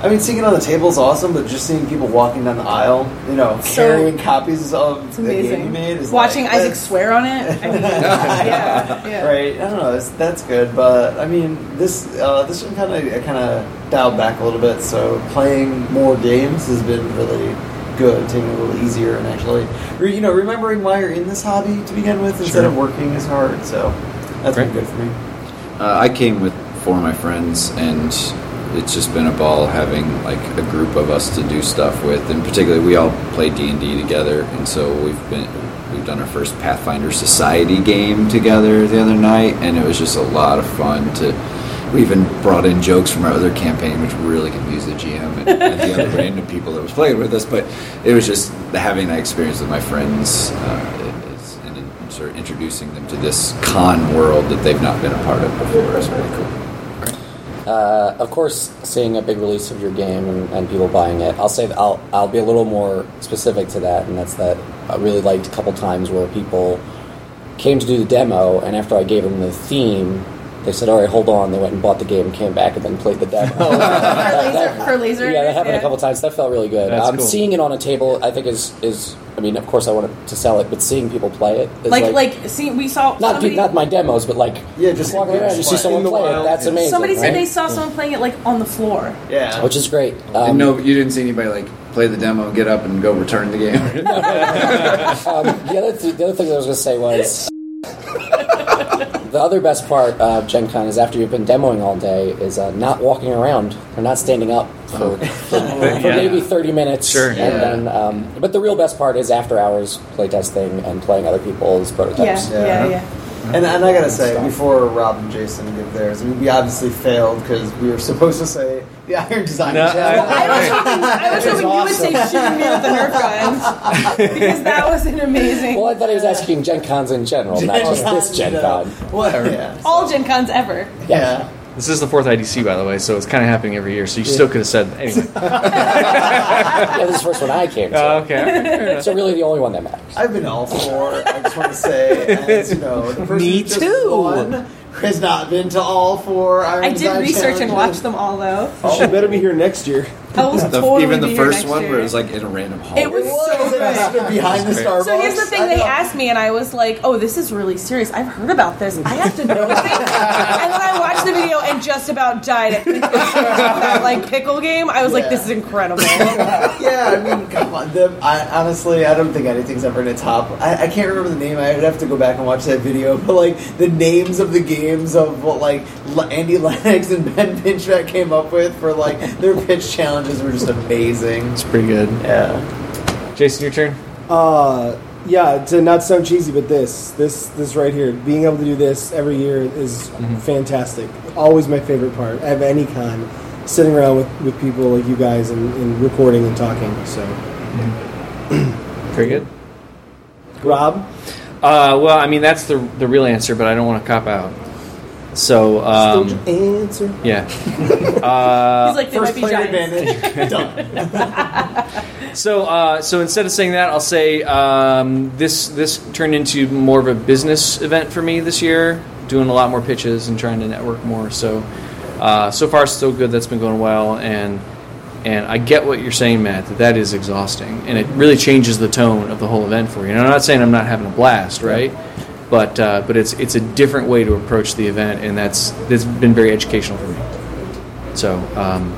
Speaker 6: I mean, seeing it on the table is awesome, but just seeing people walking down the aisle, you know,
Speaker 3: So-
Speaker 6: carrying copies of
Speaker 3: It's
Speaker 6: the game you
Speaker 3: amazing.
Speaker 6: made is
Speaker 3: Watching
Speaker 6: like,
Speaker 3: Isaac
Speaker 6: that's-
Speaker 3: swear on it. I mean, yeah, yeah.
Speaker 6: Right, I don't know. That's, that's good, but I mean, this uh, this one kind of kind of dialed back a little bit. So playing more games has been really good, taking it a little easier, and actually, re, you know, remembering why you're in this hobby to begin with instead of working as hard. So that's
Speaker 4: Great.
Speaker 6: been good for me.
Speaker 5: Uh, I came with four of my friends, and it's just been a ball having like a group of us to do stuff with. And particularly, we all play D and D together, and so we've been we've done our first Pathfinder Society game together the other night, and it was just a lot of fun to. We even brought in jokes from our other campaign, which really confused the GM and, and the other random people that was playing with us. But it was just having that experience with my friends. Uh, it- it's- and in- sort of introducing them to this con world that they've not been a part of before is really cool.
Speaker 2: Uh, of course, seeing a big release of your game and, and people buying it, I'll say that I'll I'll be a little more specific to that, and that's that I really liked a couple times where people came to do the demo, and after I gave them the theme, they said, "All right, hold on." They went and bought the game, came back, and then played the demo.
Speaker 3: For
Speaker 2: That-
Speaker 3: laser,
Speaker 2: that-
Speaker 3: for laser.
Speaker 2: yeah, that happened a couple times. That felt really good.
Speaker 4: That's
Speaker 2: Um,
Speaker 4: cool.
Speaker 2: Seeing it on a table, I think is is. I mean, of course, I wanted to sell it, but seeing people play it, is
Speaker 3: Like, like, see, we saw
Speaker 2: not
Speaker 3: somebody.
Speaker 2: not my demos, but like
Speaker 6: Yeah, just
Speaker 2: walking around, you see
Speaker 6: play.
Speaker 2: someone
Speaker 4: In the
Speaker 2: play it.
Speaker 4: wild.
Speaker 2: That's amazing.
Speaker 3: somebody said
Speaker 2: right?
Speaker 3: they saw someone playing it like on the floor.
Speaker 6: Yeah,
Speaker 2: which is great.
Speaker 5: and
Speaker 2: Um,
Speaker 5: no, you didn't see anybody like play the demo, get up, and go return the game.
Speaker 2: um, the other th- the other thing that I was going to say was the other best part of Gen Con is after you've been demoing all day is uh, not walking around or not standing up for, for, for
Speaker 4: Yeah.
Speaker 2: maybe thirty minutes.
Speaker 4: Sure.
Speaker 2: and
Speaker 5: Yeah.
Speaker 2: then, um, but the real best part is after hours playtesting and playing other people's prototypes.
Speaker 3: Yeah, yeah,
Speaker 6: Yeah.
Speaker 3: yeah.
Speaker 6: And, and I gotta say, before Rob and Jason give theirs, I mean, we obviously failed because we were supposed to say the Iron Design
Speaker 4: No,
Speaker 6: Challenge.
Speaker 3: I was hoping, I was
Speaker 7: It was
Speaker 3: hoping you would say shooting me with the Nerf guns because that was an amazing.
Speaker 2: Well, I thought he was asking Gen Cons in general, not just this Gen Con.
Speaker 6: Whatever. Yeah.
Speaker 3: All Gen Cons ever.
Speaker 6: yeah.
Speaker 4: This is the fourth IDC, by the way, so it's kind of happening every year. So you still could have said anyway.
Speaker 2: Yeah, this is the first one I came to.
Speaker 4: Uh, okay.
Speaker 2: so really, the only one that matters.
Speaker 6: I've been to all four. I just want to say, and, you know, the person
Speaker 4: Me
Speaker 6: who just
Speaker 4: too.
Speaker 6: won has not been to all four. Iron
Speaker 3: I did
Speaker 6: Design
Speaker 3: research and watch
Speaker 6: Challenges.
Speaker 3: them all though.
Speaker 1: She better be here next year.
Speaker 3: I will totally
Speaker 5: even
Speaker 3: be
Speaker 5: the
Speaker 3: here
Speaker 5: first
Speaker 3: next
Speaker 5: one
Speaker 3: year.
Speaker 5: where it was like in a random hall.
Speaker 3: It was so good.
Speaker 6: behind the Starbucks.
Speaker 3: So here's the thing:
Speaker 6: I
Speaker 3: they
Speaker 6: know.
Speaker 3: asked me, and I was like, "Oh, this is really serious. I've heard about this. I have to know things." and then I watched the video and just about died at that like pickle game. I was like,
Speaker 6: Yeah.
Speaker 3: "This is incredible."
Speaker 6: Yeah, I mean, come on. The, I, honestly, I don't think anything's ever going to top. I, I can't remember the name. I would have to go back and watch that video. But like the names of the games of what like Le- Andy Lennox and Ben Pinchback came up with for like their pitch challenges were just amazing.
Speaker 4: It's pretty good.
Speaker 6: Yeah.
Speaker 4: Jason, your turn.
Speaker 1: Uh, yeah, to not sound cheesy, but this, this, this right here, being able to do this every year is fantastic. Always my favorite part of any con, sitting around with, with people like you guys and, and recording and talking. So,
Speaker 4: Very good.
Speaker 1: Rob,
Speaker 4: Uh, well, I mean that's the the real answer, but I don't want to cop out. So um,
Speaker 1: still your answer.
Speaker 4: yeah.
Speaker 3: He's like, "They might
Speaker 6: Uh, First
Speaker 3: be
Speaker 6: player
Speaker 3: giants."
Speaker 6: advantage. Done.
Speaker 4: So, uh, so instead of saying that, I'll say um, this. This turned into more of a business event for me this year. Doing a lot more pitches and trying to network more. So, uh, so far so good. That's been going well, and and I get what you're saying, Matt. That that is exhausting, and it really changes the tone of the whole event for you. And I'm not saying I'm not having a blast, right? But uh, but it's it's a different way to approach the event, and that's that's been very educational for me. So. Um,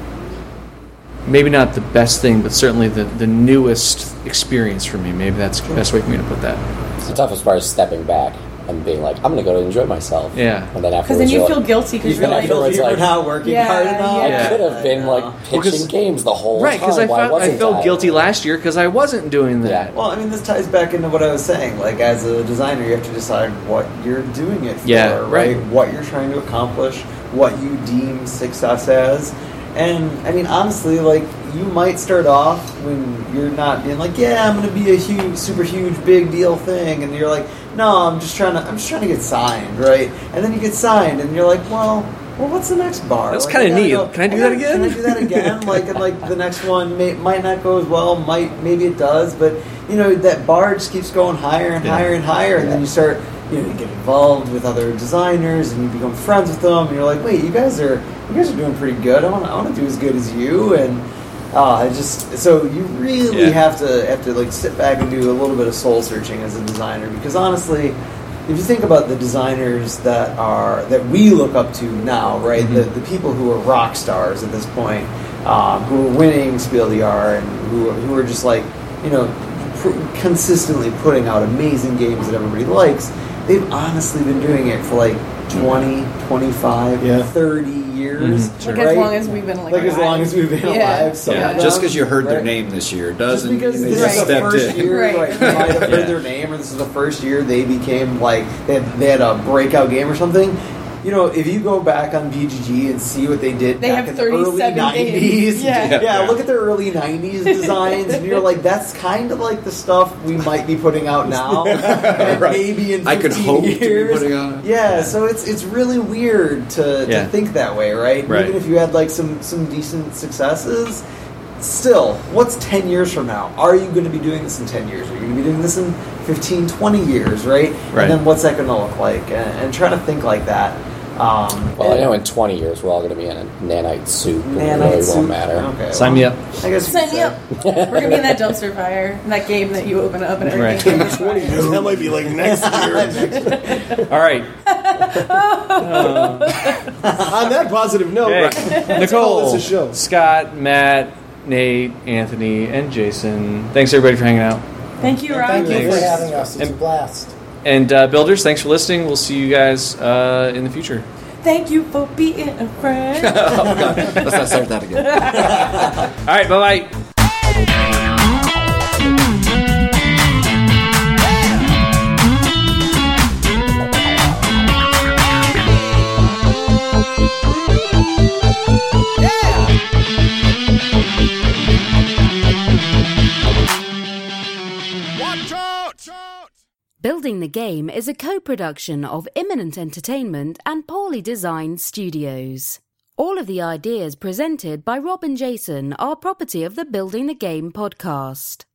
Speaker 4: maybe not the best thing, but certainly the, the newest experience for me. Maybe that's the best way for me to put that.
Speaker 2: It's the toughest part is stepping back and being like, I'm going to go to enjoy myself.
Speaker 4: Yeah.
Speaker 2: And then
Speaker 3: Because
Speaker 2: afterwards,
Speaker 3: then you
Speaker 2: you're
Speaker 3: feel
Speaker 2: like,
Speaker 3: guilty because
Speaker 2: You
Speaker 3: you're
Speaker 2: feel
Speaker 3: like,
Speaker 2: guilty.
Speaker 6: You're
Speaker 2: it's like-
Speaker 6: not working
Speaker 3: Yeah,
Speaker 6: hard enough.
Speaker 3: yeah.
Speaker 2: I could have been like pitching
Speaker 4: Because-
Speaker 2: games the whole
Speaker 4: Right,
Speaker 2: time.
Speaker 4: because I
Speaker 2: Why
Speaker 4: felt, I
Speaker 2: wasn't
Speaker 4: felt guilty last year because I wasn't doing that.
Speaker 6: Well, I mean, this ties back into what I was saying. Like, as a designer, you have to decide what you're doing it for,
Speaker 4: Yeah, right.
Speaker 6: What you're trying to accomplish, what you deem success as. And I mean, honestly, like you might start off when you're not being like, yeah, I'm gonna be a huge, super huge, big deal thing, and you're like, no, I'm just trying to, I'm just trying to get signed, right? And then you get signed, and you're like, well, well, what's the next bar?
Speaker 4: That's
Speaker 6: Like,
Speaker 4: kinda
Speaker 6: I gotta
Speaker 4: neat.
Speaker 6: go-
Speaker 4: Can I do
Speaker 6: gotta-
Speaker 4: that again?
Speaker 6: Can I do that again? like, and like the next one may, might not go as well. Might maybe it does, but you know that bar just keeps going higher and
Speaker 4: Yeah.
Speaker 6: higher and higher, and then you start you know you get involved with other designers and you become friends with them, and you're like, wait, you guys are you guys are doing pretty good. I want I want to do as good as you, and uh, I just so you really
Speaker 4: Yeah.
Speaker 6: have to have to like sit back and do a little bit of soul searching as a designer because honestly. If you think about the designers that are that we look up to now, right? The, the people who are rock stars at this point, um, who are winning Spiel the R and who, who are just like, you know, pr- consistently putting out amazing games that everybody likes, they've honestly been doing it for like 20, 25,
Speaker 1: Yeah.
Speaker 6: 30 years.
Speaker 4: Mhm.
Speaker 3: Like
Speaker 6: right?
Speaker 3: as long as we've been like,
Speaker 6: Like, as long
Speaker 3: alive.
Speaker 6: as we've been
Speaker 3: Yeah.
Speaker 6: alive. So
Speaker 5: Yeah, just because you heard their name this year
Speaker 6: Just
Speaker 5: doesn't
Speaker 6: because
Speaker 5: they
Speaker 6: this
Speaker 5: just
Speaker 6: is the
Speaker 5: stepped
Speaker 6: first
Speaker 5: in.
Speaker 6: year,
Speaker 3: Right.
Speaker 6: right? You might have heard
Speaker 5: Yeah.
Speaker 6: their name, or this is the first year they became like they had, they had a breakout game or something. You know, if you go back on BGG and see what they did,
Speaker 3: They
Speaker 6: back
Speaker 3: have
Speaker 6: in the early
Speaker 3: 37
Speaker 6: nineties.
Speaker 3: games. Yeah.
Speaker 5: Yeah.
Speaker 6: yeah, look at their early nineties designs, and you're like, that's kind of like the stuff we might be putting out now, and
Speaker 5: Right.
Speaker 6: maybe in 15
Speaker 5: I could hope to be
Speaker 6: years.
Speaker 5: putting out-
Speaker 6: Yeah, so it's it's really weird to,
Speaker 4: Yeah.
Speaker 6: to think that way, right?
Speaker 4: Right.
Speaker 6: Even if you had like some some decent successes, still, what's 10 years from now? Are you going to be doing this in 10 years? Are you going to be doing this in 15, 20 years, right?
Speaker 4: Right.
Speaker 6: And then what's that going to look like? And, and try to think like that. Um,
Speaker 2: Well, I
Speaker 6: and-
Speaker 2: know in 20 years we're all going to be in a nanite soup. and
Speaker 6: Man, I
Speaker 2: it really
Speaker 6: assume-
Speaker 2: won't matter.
Speaker 6: Okay,
Speaker 4: Sign me up.
Speaker 6: I guess you
Speaker 3: Sign
Speaker 6: could
Speaker 3: me
Speaker 6: say-
Speaker 3: up. We're gonna be in that dumpster fire, that game that you open up and
Speaker 4: Right.
Speaker 3: everything. Right.
Speaker 1: that might be like next year.
Speaker 4: All right.
Speaker 1: On that positive note,
Speaker 4: Hey,
Speaker 1: Ryan,
Speaker 4: Nicole,
Speaker 1: call this a show.
Speaker 4: Scott, Matt, Nate, Anthony, and Jason. Thanks everybody for hanging out.
Speaker 3: Thank you, Rob.
Speaker 7: Thank you for
Speaker 4: Thanks.
Speaker 7: having us. It's a
Speaker 4: And-
Speaker 7: blast.
Speaker 4: And uh, builders, thanks for listening. We'll see you guys uh, in the future.
Speaker 3: Thank you for being a friend.
Speaker 5: Let's not start that again.
Speaker 4: All right, bye bye.
Speaker 8: Building the Game is a co production of Imminent Entertainment and Poorly Designed Studios. All of the ideas presented by Rob and Jason are property of the Building the Game podcast.